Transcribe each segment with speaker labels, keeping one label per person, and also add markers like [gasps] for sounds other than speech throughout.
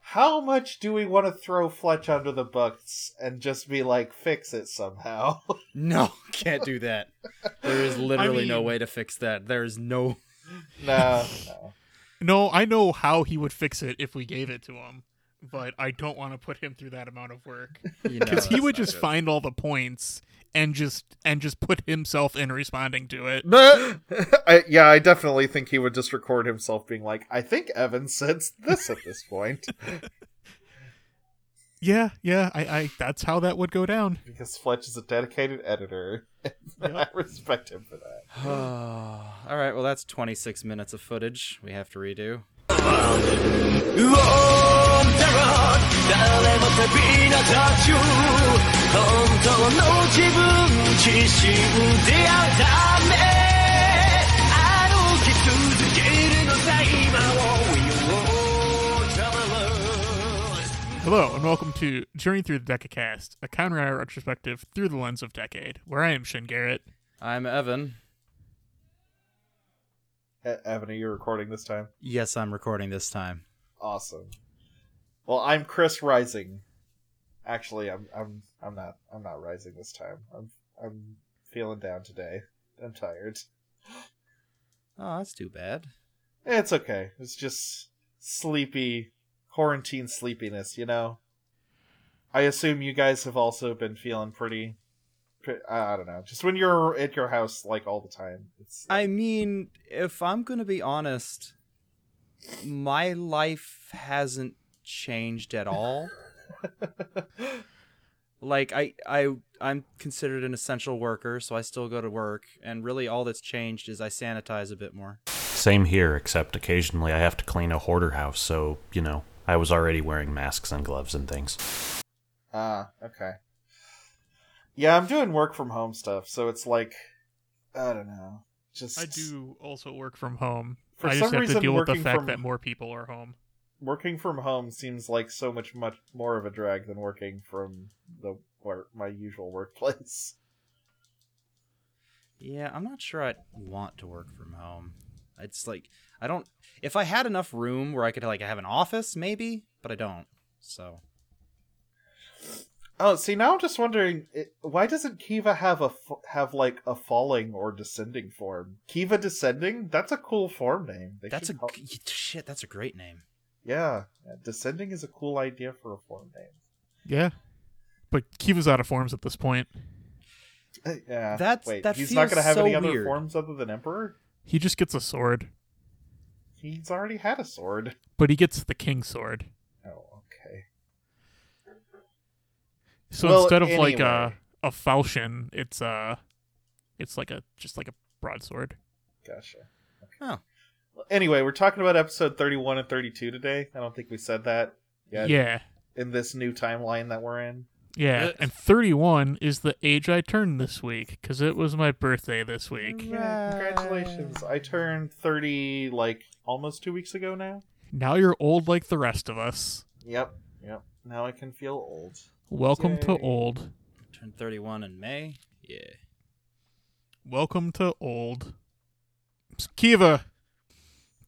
Speaker 1: how much do we want to throw Fletch under the bus and just be like, fix it somehow? [laughs]
Speaker 2: No, [laughs] can't do that. There is literally no
Speaker 3: mean-
Speaker 2: way to fix that. There is no.
Speaker 1: no, no.
Speaker 3: No, I know how he would fix it if we gave it to him, but I don't want to put him through that amount
Speaker 1: [laughs]
Speaker 3: of work
Speaker 2: [laughs] You know,
Speaker 3: because he
Speaker 2: it's
Speaker 3: would
Speaker 2: not
Speaker 3: just
Speaker 2: good.
Speaker 3: find all the points and just and just put himself in responding to it.
Speaker 1: But [laughs] I, yeah, I definitely think he would just record himself being like, I think Evan sensed this at this point.
Speaker 3: Yeah, yeah, I, I that's how that would go down.
Speaker 1: [laughs] because Fletch is a dedicated editor. [laughs] and I respect him for that.
Speaker 2: [sighs] All right, well, that's 26 minutes of footage we have to redo.
Speaker 4: ウォームだろ誰も旅立たず本当の自分自身であるため歩き続けるのさ今を We will travel
Speaker 3: Hello and welcome to Journey Through the Decacast, a Conrad retrospective through the lens of decade, where I am Shin Garrett.
Speaker 2: I'm Evan.
Speaker 1: E- Evan, are you recording this time?
Speaker 2: Yes, I'm recording this time.
Speaker 1: Awesome. Well, I'm Chris Rising. Actually, I'm I'm I'm not I'm not rising this time. I'm I'm feeling down today. I'm tired.
Speaker 2: Oh, that's too bad.
Speaker 1: It's okay. It's just sleepy quarantine sleepiness, you know. I assume you guys have also been feeling pretty. pre- I I don't know. Just when you're at your house like all the time, it's
Speaker 2: I mean, if I'm going to be honest, my life hasn't changed
Speaker 1: [laughs]
Speaker 2: at all. like I I I'm considered an essential worker, so I still go to work, and really all that's changed is I sanitize a bit more.
Speaker 5: Same here, except occasionally I have to clean a hoarder house, so, you know, I was already wearing masks and gloves and things.
Speaker 1: Ah, okay. Yeah, I'm doing work from home stuff, so it's like I don't know. Just
Speaker 3: I do also work from home.
Speaker 1: For
Speaker 3: I
Speaker 1: some
Speaker 3: just have
Speaker 1: reason,
Speaker 3: to deal with the
Speaker 1: working
Speaker 3: fact
Speaker 1: from-
Speaker 3: that more people are home.
Speaker 1: working from home seems like so much much more of a drag than working from the where my usual workplace.
Speaker 2: Yeah, I'm not sure I want to work from home. It's like I don't. If I had enough room where I could like have an office, maybe, but I don't. So
Speaker 1: Oh, see now I'm just wondering it, why doesn't Kiva have a f- have like a falling or descending form? Kiva descending? That's a cool form name. They
Speaker 2: that's a
Speaker 1: should call-
Speaker 2: g- shit. That's a great name.
Speaker 1: yeah. yeah, Descending is a cool idea for a form name. [laughs]
Speaker 3: Yeah. But Kiva's out of forms at this point.
Speaker 1: Eh, yeah.
Speaker 2: That's-
Speaker 1: wait.
Speaker 2: that
Speaker 1: he's not
Speaker 2: feels
Speaker 1: gonna have
Speaker 2: so
Speaker 1: any other
Speaker 2: weird.
Speaker 1: forms other than emperor.
Speaker 3: He just gets a sword,
Speaker 1: He's already had a sword. [laughs]
Speaker 3: but he gets the king sword.
Speaker 1: Oh, okay.
Speaker 3: So
Speaker 1: Well,
Speaker 3: instead of like a
Speaker 1: anyway.
Speaker 3: a falchion, it's uh it's like a just like a broadsword.
Speaker 1: Gotcha.
Speaker 2: Oh.
Speaker 1: Anyway, we're talking about episode 31 and 32 today. I don't think we said that
Speaker 3: Yeah.
Speaker 1: yet
Speaker 3: Yeah.
Speaker 1: in this new timeline that we're in.
Speaker 2: Uh,
Speaker 3: And 31 is the age I turned this week cuz it was my birthday this week.
Speaker 1: Yeah, congratulations. I turned 30 like almost 2 weeks ago now.
Speaker 3: Now you're old like the rest of us.
Speaker 1: Yep. Yep. Now I can feel old.
Speaker 3: Welcome to
Speaker 1: Yay.
Speaker 3: old.
Speaker 2: Turned 31 in May. Yeah.
Speaker 3: Welcome to old. Kiva.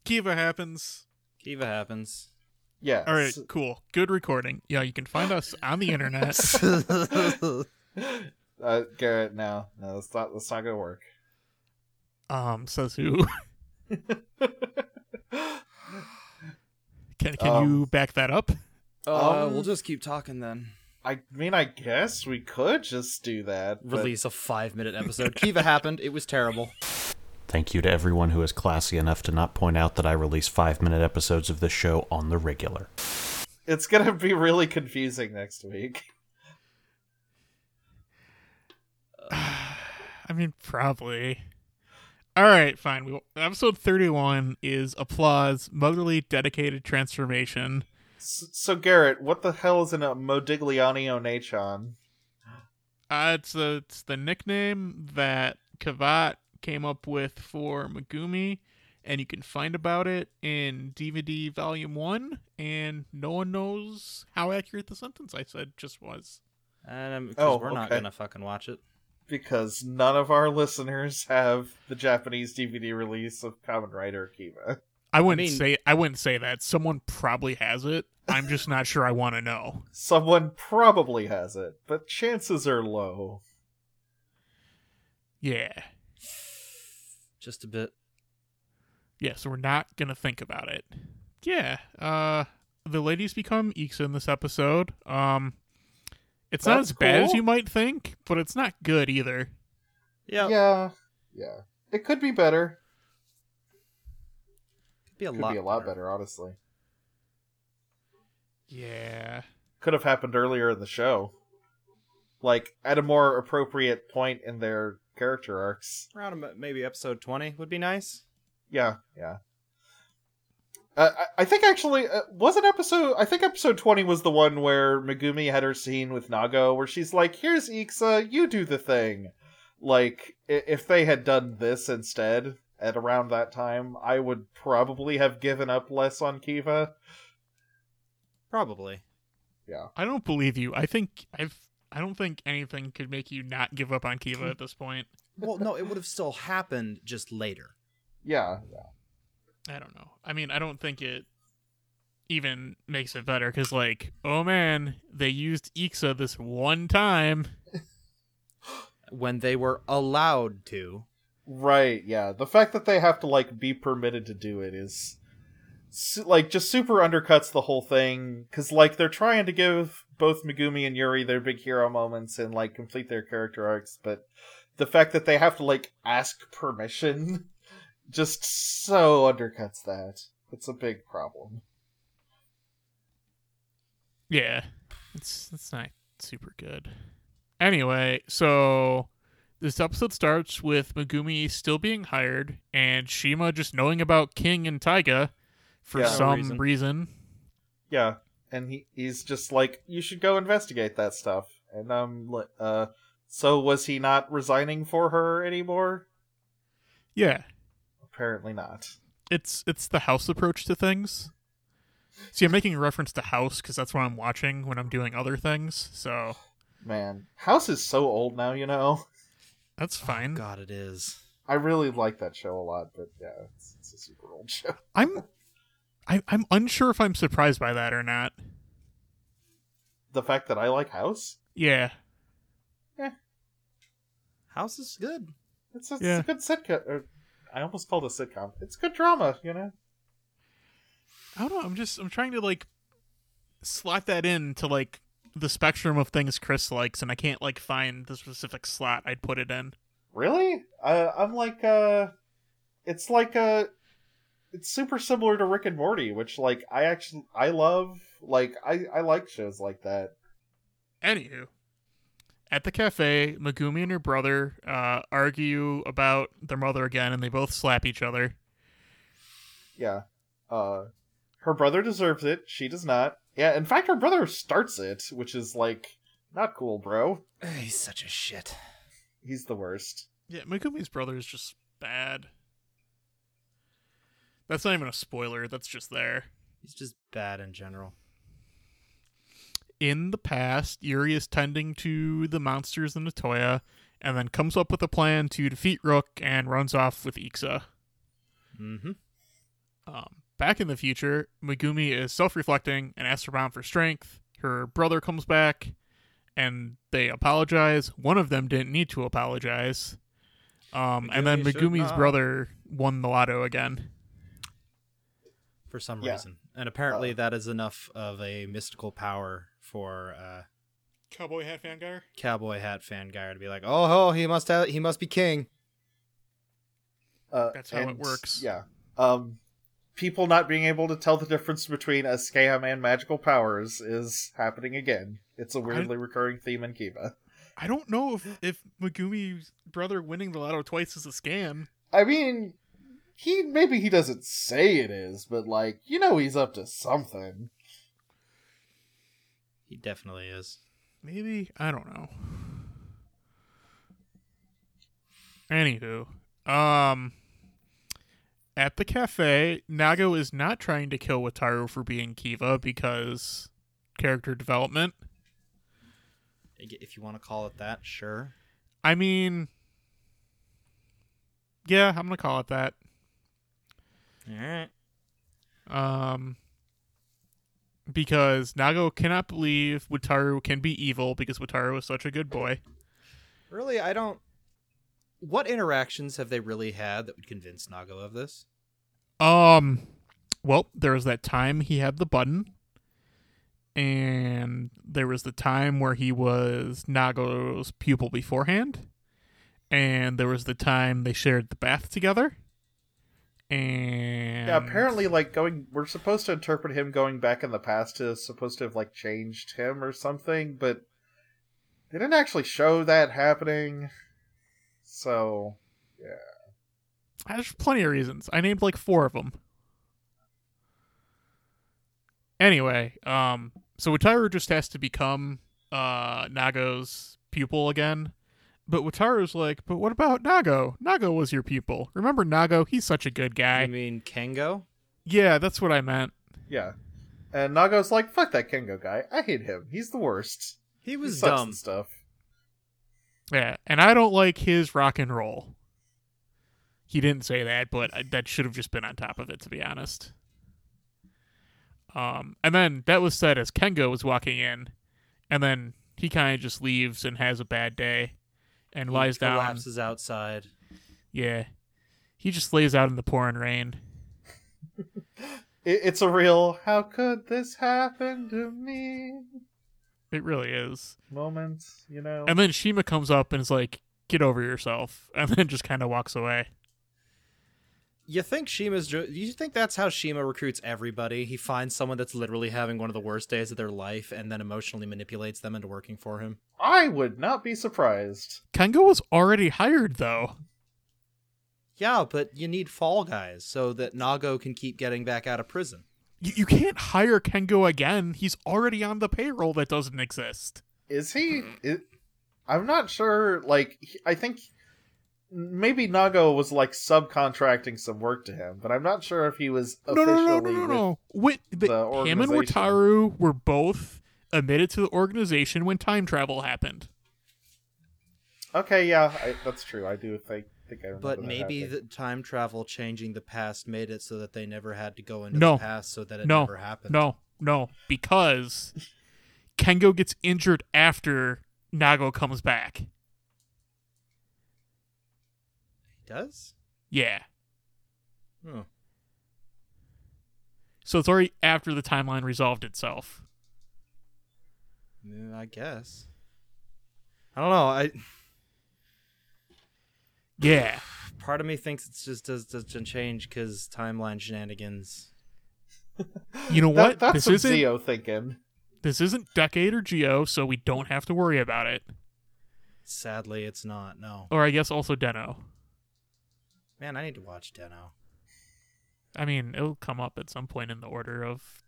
Speaker 3: Kiva happens.
Speaker 2: Kiva happens.
Speaker 1: Yeah.
Speaker 3: All right, cool. Good recording. Yeah, you can find us on the internet.
Speaker 1: [laughs]
Speaker 3: [laughs]
Speaker 1: Uh, Garrett, no. No, that's not that's not going to work.
Speaker 3: Um, says who? Can can
Speaker 1: Um,
Speaker 3: you back that up?
Speaker 2: Uh,
Speaker 1: Um,
Speaker 2: we'll just keep talking then.
Speaker 1: I mean, I guess we could just do that. but-
Speaker 2: Release a five [laughs] minute episode. Kiva happened. It was terrible.
Speaker 5: Thank you to everyone who is classy enough to not point out that I release five minute episodes of this show on the regular.
Speaker 1: It's gonna be really confusing next week.
Speaker 3: I mean, probably. All right, fine. We, episode thirty-one is applause, motherly, dedicated transformation.
Speaker 1: S- So Garrett, what the hell is in a Modigliani Onechon?
Speaker 3: Uh, it's the it's the nickname that Kavat came up with for Megumi, and you can find about it in DVD Volume One. And no one knows how accurate the sentence I said just was.
Speaker 2: And um, 'cause
Speaker 1: Oh,
Speaker 2: we're not
Speaker 1: okay.
Speaker 2: gonna fucking watch it.
Speaker 1: Because none of our listeners have the Japanese DVD release of Common Rider Kiva.
Speaker 3: I wouldn't
Speaker 2: mean-
Speaker 3: say I wouldn't say that. Someone probably has it. I'm just not sure I want to know.
Speaker 1: Someone probably has it, but chances are low.
Speaker 3: Yeah.
Speaker 2: Just a bit.
Speaker 3: Yeah, so we're not gonna think about it. Yeah. Uh the ladies become Iksa in this episode. Um it's not
Speaker 1: That's
Speaker 3: as bad as
Speaker 1: cool.
Speaker 3: you might think, but it's not good either.
Speaker 2: Yeah,
Speaker 1: Yeah, yeah. It could be better.
Speaker 2: could be a,
Speaker 1: Could
Speaker 2: lot,
Speaker 1: be a lot better, honestly.
Speaker 3: Yeah.
Speaker 1: Could have happened earlier in the show, like at a more appropriate point in their character arcs.
Speaker 2: Around about maybe episode twenty would be nice.
Speaker 1: Yeah, yeah. Uh, I- I think actually uh, was an episode. I think episode twenty was the one where Megumi had her scene with Nago, where she's like, "Here's Ixa, you do the thing." Like, i- if they had done this instead at around that time, I would probably have given up less on Kiva.
Speaker 2: Probably.
Speaker 3: I don't believe you. I think I've I don't think anything could make you not give up on Kiva at this point.
Speaker 2: Well, no, it would have still happened just later.
Speaker 1: Yeah,
Speaker 3: I don't know. I mean, I don't think it even makes it better because, like, oh man, they used Ixa this one time.
Speaker 2: when they were allowed to.
Speaker 1: Right, yeah. The fact that they have to like be permitted to do it is su- like just super undercuts the whole thing cuz like they're trying to give both Megumi and Yuri their big hero moments and like complete their character arcs, but the fact that they have to like ask permission [laughs] just so undercuts that. It's a big problem.
Speaker 3: Yeah, it's it's not super good. Anyway, so this episode starts with Megumi still being hired and Shima just knowing about King and Taiga for
Speaker 1: Yeah. No
Speaker 3: some
Speaker 2: reason.
Speaker 3: reason.
Speaker 1: Yeah, and he he's just like you should go investigate that stuff. And um li- uh so was he not resigning for her anymore?
Speaker 3: Yeah,
Speaker 1: Apparently not.
Speaker 3: it's it's the house approach to things. See, I'm making a reference to House because that's what I'm watching when I'm doing other things. So
Speaker 1: Man, House is so old now, you know.
Speaker 3: that's fine.
Speaker 2: God, it is.
Speaker 1: I really like that show a lot, but yeah, it's, it's a super old [laughs] show.
Speaker 3: I'm I, I'm unsure if I'm surprised by that or not.
Speaker 1: The fact that I like House,
Speaker 3: Yeah.
Speaker 2: House is good.
Speaker 1: it's a,
Speaker 3: Yeah.
Speaker 1: it's a good sitcom. Or, I almost called it a sitcom. It's good drama, you know.
Speaker 3: I don't know. I'm just I'm trying to like slot that in to like the spectrum of things Chris likes, and I can't like find the specific slot I'd put it in.
Speaker 1: Really, uh, I'm like, uh, it's like uh it's super similar to Rick and Morty, which like I actually I love. Like I I like shows like that.
Speaker 3: Anywho. At the cafe, Megumi and her brother uh, argue about their mother again, and they both slap each other.
Speaker 1: Yeah. Uh, her brother deserves it. She does not. Yeah. In fact, her brother starts it, which is like not cool, bro.
Speaker 2: [sighs] He's such a shit.
Speaker 1: He's the worst.
Speaker 3: Yeah, Megumi's brother is just bad. That's not even a spoiler. That's just there.
Speaker 2: He's just bad in general.
Speaker 3: in the past, Yuri is tending to the monsters in Natoya, and then comes up with a plan to defeat Rook and runs off with Ixa.
Speaker 2: Mm-hmm.
Speaker 3: Um, back in the future, Megumi is self reflecting and asks her mom for strength. Her brother comes back, and they apologize. One of them didn't need to apologize. Um, and then
Speaker 2: Megumi should
Speaker 3: Megumi's
Speaker 2: not.
Speaker 3: brother won the lotto again.
Speaker 2: For some
Speaker 1: Yeah.
Speaker 2: reason, and apparently
Speaker 1: Uh,
Speaker 2: that is enough of a mystical power for uh,
Speaker 3: Cowboy hat fangire?
Speaker 2: Cowboy Hat Fangire to be like, "Oh, oh, he must have, he must be king."
Speaker 1: Uh,
Speaker 3: That's how it works.
Speaker 1: Yeah. Um, people not being able to tell the difference between a scam and magical powers is happening again. It's a weirdly recurring theme in Kiva.
Speaker 3: I don't know if, if Megumi's brother winning the lotto twice is a scam.
Speaker 1: I mean, he maybe he doesn't say it is, but like you know, he's up to something.
Speaker 2: He definitely is.
Speaker 3: Maybe I don't know. Anywho, um, at the cafe, Nago is not trying to kill Wataru for being Kiva because character development.
Speaker 2: If you want to call it that, sure.
Speaker 3: I mean, yeah, I'm gonna call it that.
Speaker 2: All right.
Speaker 3: Um, because Nago cannot believe Wataru can be evil because Wataru is such a good boy.
Speaker 2: Really, I don't. What interactions have they really had that would convince Nago of this?
Speaker 3: Um, well, there was that time he had the button, and there was the time where he was Nago's pupil beforehand, and there was the time they shared the bath together, and
Speaker 1: Yeah, apparently, like going, we're supposed to interpret him going back in the past is supposed to have like changed him or something, but they didn't actually show that happening. So
Speaker 3: There's plenty of reasons. I named like four of them. Anyway, um, so Wataru just has to become uh Nago's pupil again. But Wataru's like, but what about Nago? Nago was your pupil. Remember Nago? He's such a good
Speaker 2: I
Speaker 3: guy.
Speaker 2: mean, Kengo.
Speaker 3: Yeah, that's what I meant.
Speaker 1: yeah, and Nago's like, "Fuck that Kengo guy! I hate him. He's the worst.
Speaker 2: He
Speaker 1: He
Speaker 2: was
Speaker 1: sucks
Speaker 2: dumb.
Speaker 1: and stuff."
Speaker 3: Yeah, and I don't like his rock and roll. He didn't say that, but I, that should have just been on top of it, to be honest. Um, and then that was said as Kengo was walking in, and then he kind of just leaves and has a bad day, and
Speaker 2: He
Speaker 3: lies down.
Speaker 2: collapses outside.
Speaker 3: Yeah, he just lays out in the pouring rain.
Speaker 1: It, it's a real "How could this happen to me?"
Speaker 3: It really is.
Speaker 1: moment, you know.
Speaker 3: And then Shima comes up and is like, "Get over yourself," [laughs] and then just kind of walks away.
Speaker 2: You think Shima's? jo- You think that's how Shima recruits everybody? He finds someone that's literally having one of the worst days of their life, and then emotionally manipulates them into working for him.
Speaker 1: I would not be surprised.
Speaker 3: Kengo was already hired, though.
Speaker 2: Yeah, but you need fall guys so that Nago can keep getting back out of prison.
Speaker 3: You, you can't hire Kengo again. He's already on the payroll that doesn't exist.
Speaker 1: Is he?
Speaker 3: Mm-hmm.
Speaker 1: Is, I'm not sure. Like, he- I think maybe Nago was like subcontracting some work to him, but I'm not sure if he was
Speaker 3: No,
Speaker 1: officially.
Speaker 3: no, no, no, no, no. When, the,
Speaker 1: the
Speaker 3: him and
Speaker 1: organization.
Speaker 3: Wataru were both admitted to the organization when time travel happened.
Speaker 1: with- okay, yeah, I, that's true. I do think think I remember.
Speaker 2: But
Speaker 1: that
Speaker 2: maybe
Speaker 1: happening.
Speaker 2: the time travel changing the past made it so that they never had to go into
Speaker 3: No.
Speaker 2: the past so that it
Speaker 3: no,
Speaker 2: never happened.
Speaker 3: no, no, because Kengo gets injured after Nago comes back.
Speaker 2: It does?
Speaker 3: Yeah,
Speaker 2: Huh.
Speaker 3: so it's already after the timeline resolved itself.
Speaker 2: Yeah, I guess. I don't know. I
Speaker 3: Yeah,
Speaker 2: part of me thinks it's just does doesn't change because timeline shenanigans.
Speaker 3: you know
Speaker 1: That-
Speaker 3: what?
Speaker 1: that's
Speaker 3: this
Speaker 1: some
Speaker 3: isn't
Speaker 1: Zio thinking.
Speaker 3: this isn't Decade or Geo, so we don't have to worry about it.
Speaker 2: Sadly, it's not. No,
Speaker 3: Or I guess also Deno.
Speaker 2: man, I need to watch Deno.
Speaker 3: I mean, it'll come up at some point in the order of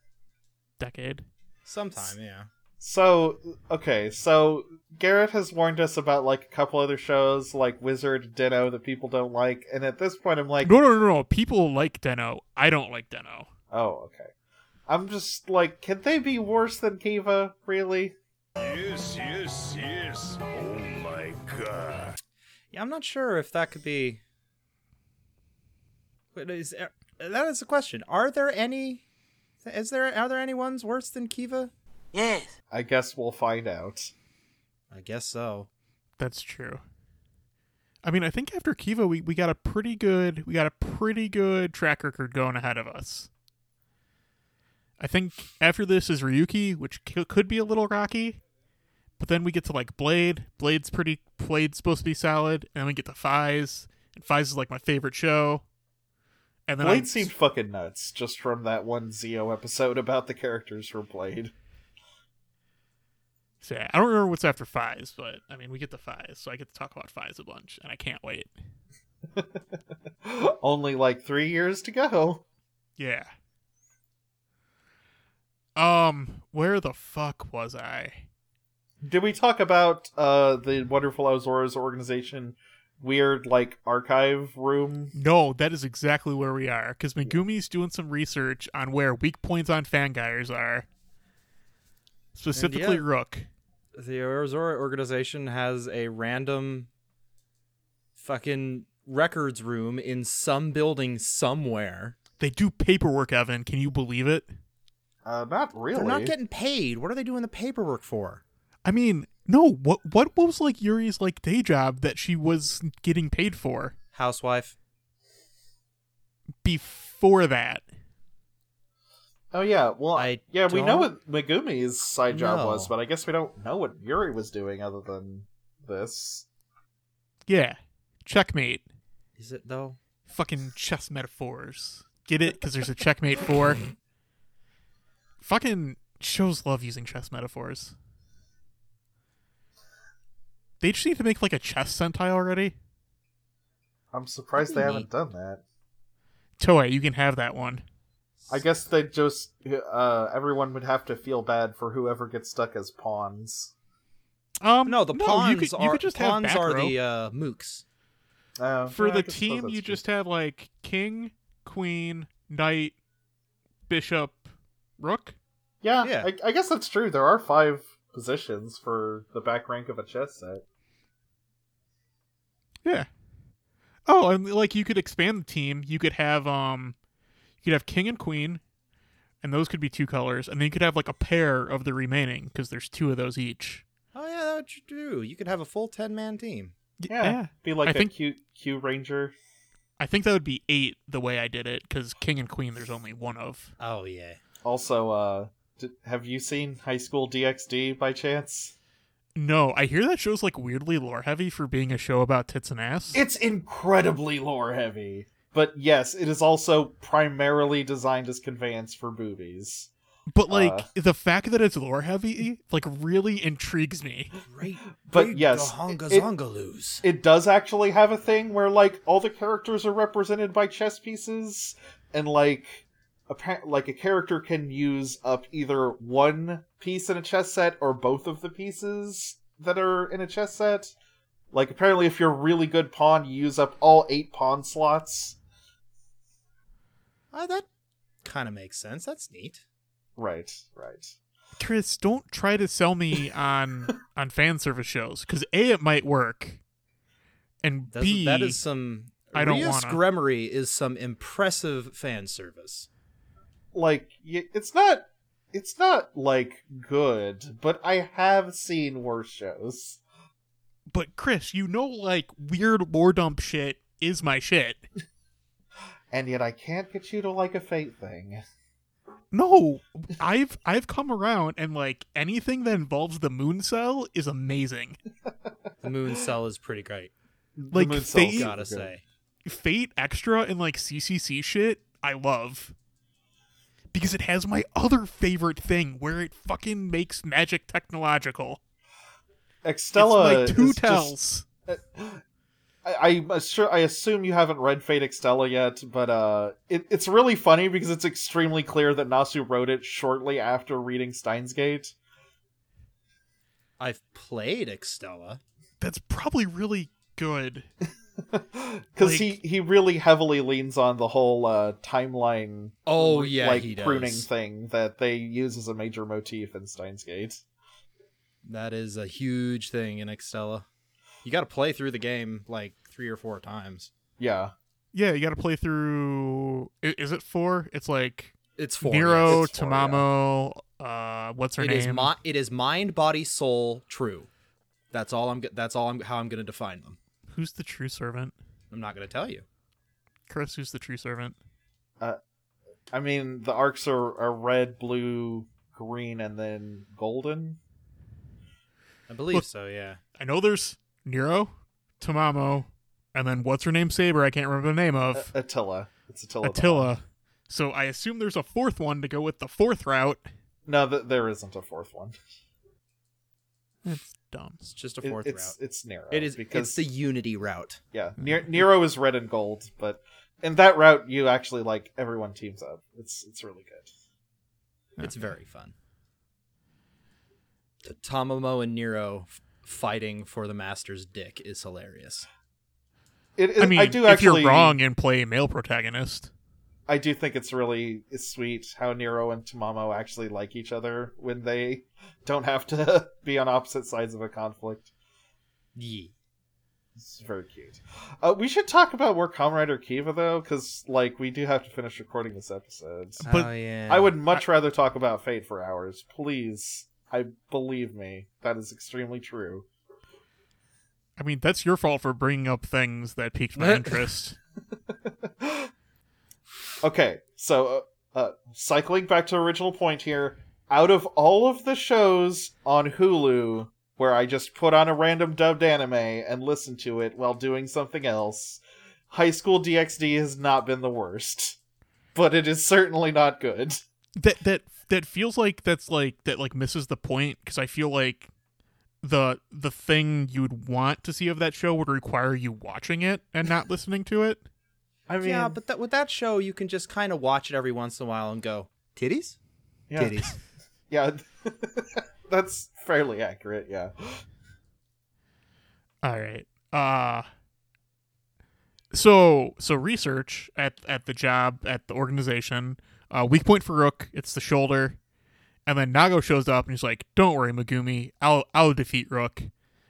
Speaker 3: decade.
Speaker 2: Sometime, yeah.
Speaker 1: So okay, so Garrett has warned us about like a couple other shows like Wizard, Dino that people don't like, and at this point I'm like,
Speaker 3: No, no, no, no. People like Deno. I don't like Deno.
Speaker 1: Oh, okay. I'm just like, can they be worse than Kiva? Really?
Speaker 4: Yes, yes, yes. Oh my god.
Speaker 2: Yeah, I'm not sure if that could be. But is er, that is the question? Are there any? Is there are there any ones worse than Kiva?
Speaker 1: I guess we'll find out.
Speaker 2: I guess so.
Speaker 3: That's true. I mean, I think after Kiva, we, we got a pretty good we got a pretty good track record going ahead of us. I think after this is Ryuki, which c- could be a little rocky, but then we get to like Blade. Blade's pretty Blade's supposed to be solid, and then we get to Fize, and Fize is like my favorite show. And then I-
Speaker 1: Blade seemed fucking nuts just from that one Zio episode about the characters for Blade. [laughs]
Speaker 3: So yeah, I don't remember what's after Fize, but I mean, we get the Fize, so I get to talk about Fize a bunch, and I can't wait.
Speaker 1: Only like three years to go.
Speaker 3: Yeah. Um, where the fuck was I?
Speaker 1: Did we talk about uh the wonderful Azores organization weird like archive room?
Speaker 3: No, that is exactly where we are, because Megumi's doing some research on where weak points on Fangires are. Specifically,
Speaker 2: yeah.
Speaker 3: Rook.
Speaker 2: The Orzora organization has a random fucking records room in some building somewhere.
Speaker 3: They do paperwork, Evan. Can you believe it?
Speaker 1: Uh, not really.
Speaker 2: They're not getting paid. What are they doing the paperwork for?
Speaker 3: I mean, no. What what was like Yuri's like day job that she was getting paid for
Speaker 2: Housewife.
Speaker 3: before that?
Speaker 1: oh yeah, well,
Speaker 2: I
Speaker 1: yeah, we know
Speaker 2: don't-
Speaker 1: what Megumi's side job
Speaker 2: No.
Speaker 1: was, but I guess we don't know what Yuri was doing other than this.
Speaker 3: Yeah, checkmate.
Speaker 2: Is it though?
Speaker 3: Fucking chess metaphors. Get it? Because there's a checkmate for. Fucking shows love using chess metaphors. They just need to make like a chess sentai already.
Speaker 1: I'm surprised they haven't done that.
Speaker 3: Toei, you can have that one.
Speaker 1: I guess they just uh, everyone would have to feel bad for whoever gets stuck as pawns.
Speaker 3: Um,
Speaker 2: No, the
Speaker 3: you
Speaker 2: pawns
Speaker 3: could- you
Speaker 2: are
Speaker 3: could just have
Speaker 2: pawns
Speaker 3: back
Speaker 2: are
Speaker 3: row.
Speaker 2: the uh, mooks.
Speaker 1: Uh,
Speaker 3: for
Speaker 1: yeah, I
Speaker 3: the
Speaker 1: guess I suppose
Speaker 3: team.
Speaker 1: that's
Speaker 3: You
Speaker 1: true.
Speaker 3: just have like king, queen, knight, bishop, rook.
Speaker 1: yeah,
Speaker 2: Yeah.
Speaker 1: I, I guess that's true. There are five positions for the back rank of a chess set.
Speaker 3: Yeah. Oh, and like you could expand the team. You could have um, you could have king and queen, and those could be two colors, and then you could have like a pair of the remaining because there's two of those each.
Speaker 2: Oh yeah, that would you do. You could have a full ten man team.
Speaker 3: Y-
Speaker 1: Yeah, be like
Speaker 3: I
Speaker 1: a
Speaker 3: think-
Speaker 1: cute Q ranger.
Speaker 3: I think that would be eight the way I did it because king and queen there's only one of.
Speaker 2: Oh yeah.
Speaker 1: Also, uh, d- have you seen High School DxD by chance?
Speaker 3: No, I hear that show's like weirdly lore heavy for being a show about tits and ass.
Speaker 1: It's incredibly lore heavy, but yes, it is also primarily designed as conveyance for boobies.
Speaker 3: But like
Speaker 1: Uh.
Speaker 3: the fact that it's lore heavy, like really intrigues me.
Speaker 2: Great.
Speaker 1: But
Speaker 2: great
Speaker 1: yes,
Speaker 2: Gahonga
Speaker 1: it-
Speaker 2: Zongaloos.
Speaker 1: It does actually have a thing where like all the characters are represented by chess pieces, and like appa- like a character can use up either one piece in a chess set or both of the pieces that are in a chess set. Like apparently, if you're a really good pawn, you use up all eight pawn slots. Uh,
Speaker 2: Ah, that kind of makes sense. That's neat.
Speaker 1: Right, right.
Speaker 3: Chris, don't try to sell me on on fan service shows because a it might work, and
Speaker 2: That's,
Speaker 3: b
Speaker 2: that is some.
Speaker 3: I don't
Speaker 2: Rios
Speaker 3: wanna.
Speaker 2: Gremery is some impressive fan service.
Speaker 1: like y- it's not it's not like good but i have seen worse shows
Speaker 3: But Chris, you know, like weird lore dump shit is my shit.
Speaker 1: and yet i can't get you to like a fate thing
Speaker 3: No, I've I've come around and like anything that involves the moon cell is amazing.
Speaker 2: The moon cell is pretty great.
Speaker 1: The
Speaker 3: Like,
Speaker 1: Moon Cell's
Speaker 3: Fate-
Speaker 2: Gotta
Speaker 1: good.
Speaker 2: say.
Speaker 3: Fate extra and like CCC shit, I love. Because it has my other favorite thing where it fucking makes magic technological.
Speaker 1: extella
Speaker 3: it's like two
Speaker 1: is just-
Speaker 3: tells.
Speaker 1: I, I, assu- I assume you haven't read fate extella yet but uh it, it's really funny because it's extremely clear that nasu wrote it shortly after reading steins gate
Speaker 2: I've played Extella.
Speaker 3: That's probably really good.
Speaker 1: because he, he really heavily leans on the whole uh, timeline
Speaker 2: Oh yeah,
Speaker 1: like
Speaker 2: he does.
Speaker 1: pruning thing that they use as a major motif in Steins Gate.
Speaker 2: That is a huge thing in Extella. You got to play through the game like three or four times.
Speaker 1: Yeah,
Speaker 3: Yeah, you got to play through. i- Is it four? It's like
Speaker 2: It's four.
Speaker 3: Nero,
Speaker 2: yes.
Speaker 1: It's four,
Speaker 3: Tamamo. Uh, what's her
Speaker 2: It
Speaker 3: name?
Speaker 2: is mi- it is mind, body, soul, true. That's all I'm. go- That's all I'm. How I'm going to define them.
Speaker 3: who's the true servant?
Speaker 2: I'm not going to tell you.
Speaker 3: Chris, who's the true servant?
Speaker 1: I mean the arcs are, are red, blue, green, and then golden.
Speaker 2: I believe
Speaker 3: Look-
Speaker 2: so. Yeah.
Speaker 3: I know there's Nero, Tamamo, and then what's her name? Saber. I can't remember the name
Speaker 1: A-
Speaker 3: of
Speaker 1: Attila, it's Attila. the Hun.
Speaker 3: Attila. So I assume there's a fourth one to go with the fourth route.
Speaker 1: No, th- there isn't a fourth one.
Speaker 3: That's dumb.
Speaker 2: It's just a
Speaker 1: It-
Speaker 2: fourth
Speaker 1: it's
Speaker 2: route.
Speaker 1: it's Nero.
Speaker 2: It is.
Speaker 1: because
Speaker 2: It's the unity route.
Speaker 1: yeah. Ne- Nero is red and gold, but in that route you actually like everyone teams up. It's it's really good.
Speaker 2: It's very fun. T- Tomomo and Nero f- fighting for the master's dick is hilarious.
Speaker 1: It, it-
Speaker 3: I mean,
Speaker 1: do
Speaker 3: if
Speaker 1: actually,
Speaker 3: you're wrong and play male protagonist,
Speaker 1: I do think it's really sweet how Nero and Tamamo actually like each other when [laughs] they don't have to be on opposite sides of a conflict.
Speaker 2: Yee.
Speaker 1: It's very cute. Uh, we should talk about where Kamen Rider Kiva though, because like we do have to finish recording this episode.
Speaker 3: But
Speaker 2: oh, yeah.
Speaker 1: I would much rather talk about Fate for hours, please. I believe me, that is extremely true.
Speaker 3: I mean, that's your fault for bringing up things that
Speaker 1: [laughs]
Speaker 3: piqued my interest.
Speaker 1: okay, so uh, uh, cycling back to original point here. Out of all of the shows on Hulu, where I just put on a random dubbed anime and listen to it while doing something else, High School DxD has not been the worst, but it is certainly not good.
Speaker 3: that that that feels like that's like that like misses the point because I feel like the the thing you'd want to see of that show would require you watching it and not listening to it.
Speaker 1: I mean,
Speaker 2: yeah, but that, with that show, you can just kind of watch it every once in a while and go, titties?
Speaker 1: yeah,
Speaker 2: Titties.
Speaker 1: [laughs] yeah, that's fairly accurate. Yeah,
Speaker 3: All right. Uh so so research at at the job at the organization. Uh, weak point for Rook. It's the shoulder, and then Nago shows up and he's like, "Don't worry, Megumi. I'll I'll defeat Rook."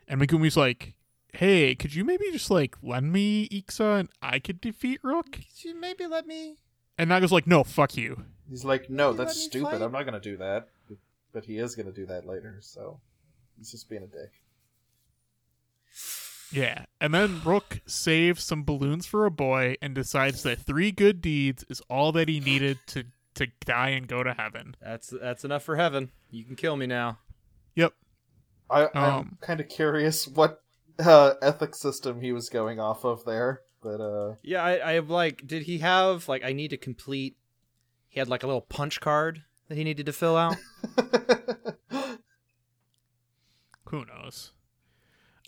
Speaker 3: And Megumi's like, "Hey, could you maybe just like lend me Ixa and I could defeat Rook?"
Speaker 2: Could [laughs] you maybe let me.
Speaker 3: And Nago's like, "No, fuck you."
Speaker 1: he's like, no,
Speaker 2: You let
Speaker 1: that's
Speaker 2: me
Speaker 1: stupid.
Speaker 2: fight?
Speaker 1: I'm not gonna do that. But he is gonna do that later, so he's just being a dick.
Speaker 3: Yeah. And then Rook saves some balloons for a boy and decides that three good deeds is all that he needed to to die and go to heaven.
Speaker 2: That's that's enough for heaven. You can kill me now.
Speaker 3: Yep.
Speaker 1: I, I'm
Speaker 3: Um.
Speaker 1: kind of curious what uh, ethic system he was going off of there, but uh,
Speaker 2: Yeah, I, I am like, did he have like I need to complete? He had like a little punch card that he needed to fill out.
Speaker 3: Who knows?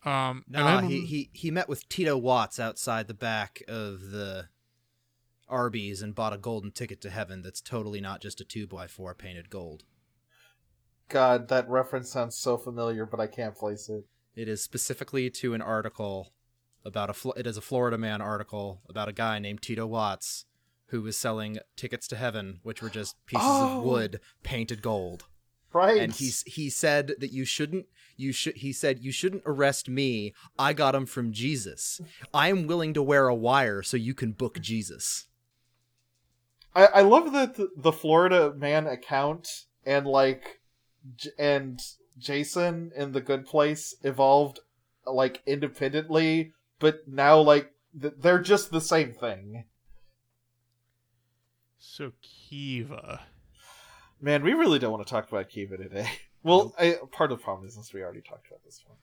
Speaker 3: Um, and
Speaker 2: Nah,
Speaker 3: then-
Speaker 2: he, he he met with Tito Watts outside the back of the Arby's and bought a golden ticket to heaven. That's totally not just a two by four painted gold.
Speaker 1: God, that reference sounds so familiar, but I can't place it.
Speaker 2: It is specifically to an article about a Flo- it is a Florida man article about a guy named Tito Watts who was selling tickets to heaven, which were just pieces
Speaker 1: Oh.
Speaker 2: of wood painted gold.
Speaker 1: Right?
Speaker 2: and he s- he said that you shouldn't you should he said you shouldn't arrest me i got him from jesus i am willing to wear a wire so you can book jesus
Speaker 1: I, I love that th- the Florida Man account and like J- and Jason in the Good Place evolved like independently, but now like th- they're just the same thing.
Speaker 3: so Kiva.
Speaker 1: Man, we really don't want to talk about Kiva today. [laughs] Well, I, part of the problem is since we already talked about this one.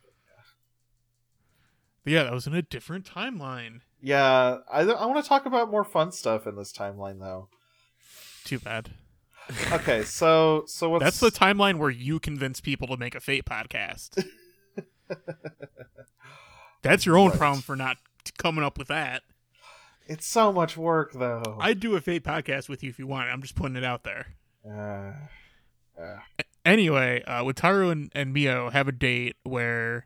Speaker 3: Yeah, that was in a different timeline.
Speaker 1: Yeah, I, I want to talk about more fun stuff in this timeline though.
Speaker 3: Too bad.
Speaker 1: Okay, so so what's
Speaker 3: That's the timeline where you convince people to make a Fate podcast. That's your own
Speaker 1: Right.
Speaker 3: problem for not t- coming up with that.
Speaker 1: it's so much work though.
Speaker 3: I'd do a Fate podcast with you if you want. I'm just putting it out there.
Speaker 1: Uh, uh,
Speaker 3: anyway, uh, Wataru and, and Mio have a date where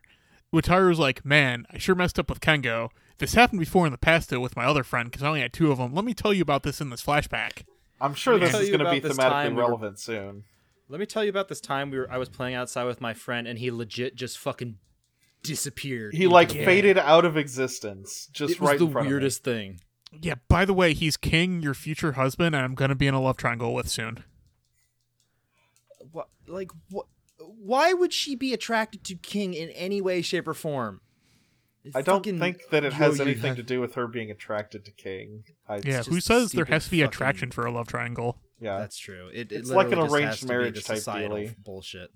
Speaker 3: Wataru's like, Man, I sure messed up with Kengo. This happened before in the past, though, with my other friend, because I only had two of them. Let me tell you about this in this flashback.
Speaker 1: I'm sure
Speaker 3: Let me
Speaker 1: this
Speaker 3: tell
Speaker 1: is
Speaker 2: you
Speaker 1: going to
Speaker 2: about
Speaker 1: be
Speaker 2: this
Speaker 1: thematically
Speaker 2: time we were-
Speaker 1: relevant soon.
Speaker 2: let me tell you about this time we were i was playing outside with my friend and he legit just fucking disappeared
Speaker 1: He
Speaker 2: into
Speaker 1: like
Speaker 2: the-
Speaker 1: faded out of existence, just
Speaker 2: it was
Speaker 1: right
Speaker 2: the
Speaker 1: in front
Speaker 2: weirdest thing
Speaker 3: Yeah, by the way, he's King, your future husband, and I'm going to be in a love triangle with soon.
Speaker 2: what, like what why would she be attracted to king in any way shape or form
Speaker 1: of me. I don't
Speaker 2: Fucking-
Speaker 1: think that it
Speaker 2: Yo,
Speaker 1: has
Speaker 2: you
Speaker 1: anything
Speaker 2: have-
Speaker 1: to do with her being attracted to King. I,
Speaker 3: Yeah,
Speaker 2: just
Speaker 3: who says there
Speaker 2: stupid
Speaker 3: has to be
Speaker 2: fucking-
Speaker 3: attraction for a love triangle?
Speaker 1: yeah.
Speaker 2: That's true. It, it
Speaker 1: It's like
Speaker 2: literally
Speaker 1: an arranged
Speaker 2: just has to be
Speaker 1: marriage
Speaker 2: the
Speaker 1: type
Speaker 2: societal
Speaker 1: dealy.
Speaker 2: bullshit.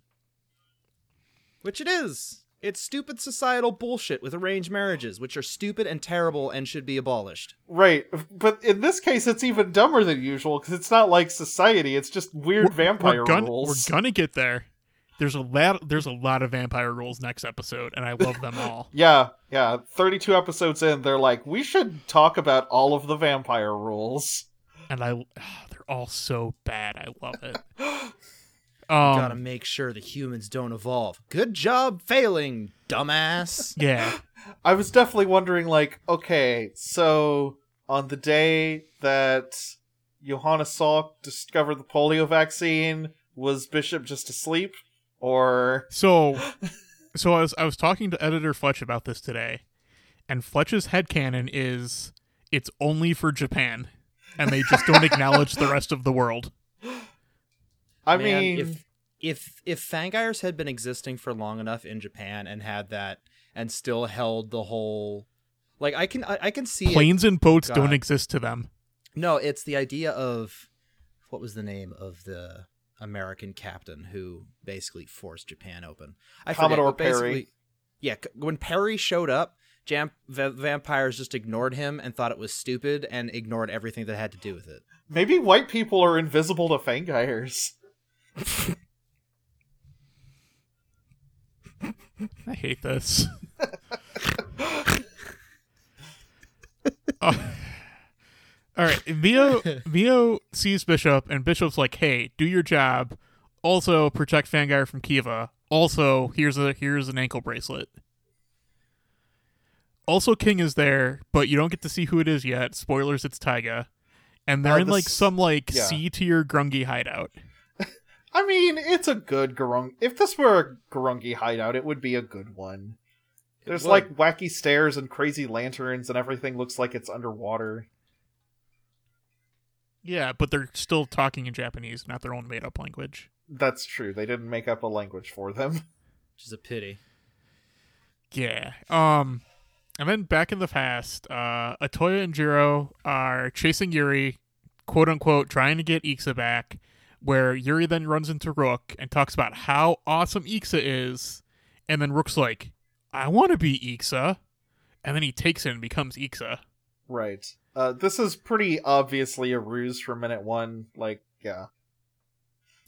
Speaker 2: Which it is. It's stupid societal bullshit with arranged marriages, which are stupid and terrible and should be abolished.
Speaker 1: right. But in this case, it's even dumber than usual because it's not like society; it's just weird vampire
Speaker 3: we're gonna,
Speaker 1: rules.
Speaker 3: We're gonna get there. There's a lot. There's a lot of vampire rules next episode, and I love them
Speaker 1: [laughs]
Speaker 3: all.
Speaker 1: yeah, yeah. Thirty-two episodes in, they're like, we should talk about all of the vampire rules.
Speaker 3: and I, ah, they're all so bad. I love
Speaker 1: [gasps]
Speaker 3: it.
Speaker 2: You
Speaker 3: Um,
Speaker 2: Gotta make sure the humans don't evolve. Good job failing, dumbass.
Speaker 3: Yeah.
Speaker 1: I was definitely wondering, like, okay, so on the day that Johanna Salk discovered the polio vaccine, was Bishop just asleep? Or
Speaker 3: So, so I was I was talking to editor Fletch about this today, And Fletch's headcanon is it's only for Japan, and they just don't acknowledge the rest of the world.
Speaker 1: I
Speaker 2: Man,
Speaker 1: mean,
Speaker 2: if if if Fangires had been existing for long enough in Japan and had that and still held the whole, like I can I, I can see it-
Speaker 3: Planes and boats don't
Speaker 2: God.
Speaker 3: exist to them.
Speaker 2: No, it's the idea of what was the name of the American captain who basically forced Japan open? I forget,
Speaker 1: Commodore
Speaker 2: but basically-
Speaker 1: Perry.
Speaker 2: Yeah, c- when Perry showed up, jam- va- vampires just ignored him and thought it was stupid and ignored everything that had to do with it.
Speaker 1: maybe white people are invisible to fangires.
Speaker 3: I hate this. Oh. All right, Vio Vio sees Bishop, and Bishop's like, "Hey, do your job. Also protect Fangire from Kiva. Also, here's a here's an ankle bracelet. Also, King is there, but you don't get to see who it is yet. Spoilers: it's Taiga, and they're
Speaker 1: Uh,
Speaker 3: in
Speaker 1: the
Speaker 3: like
Speaker 1: s-
Speaker 3: some like
Speaker 1: yeah.
Speaker 3: C tier Grungy hideout.
Speaker 1: I mean, it's a good Garung. If this were a Garungi hideout, it would be a good one. There's
Speaker 2: would.
Speaker 1: like wacky stairs and crazy lanterns, and everything looks like it's underwater.
Speaker 3: Yeah, but they're still talking in Japanese, not their own made up language.
Speaker 1: That's true. They didn't make up a language for them. [laughs]
Speaker 2: Which is a pity.
Speaker 3: Yeah. Um and then back in the past, uh Atoya and Jiro are chasing Yuri, quote unquote, trying to get Ixa back, where Yuri then runs into Rook and talks about how awesome Ixa is, and then Rook's like, I wanna be Ixa and then he takes it and becomes Ixa.
Speaker 1: Right. Uh, this is pretty obviously a ruse for minute one. Like, yeah.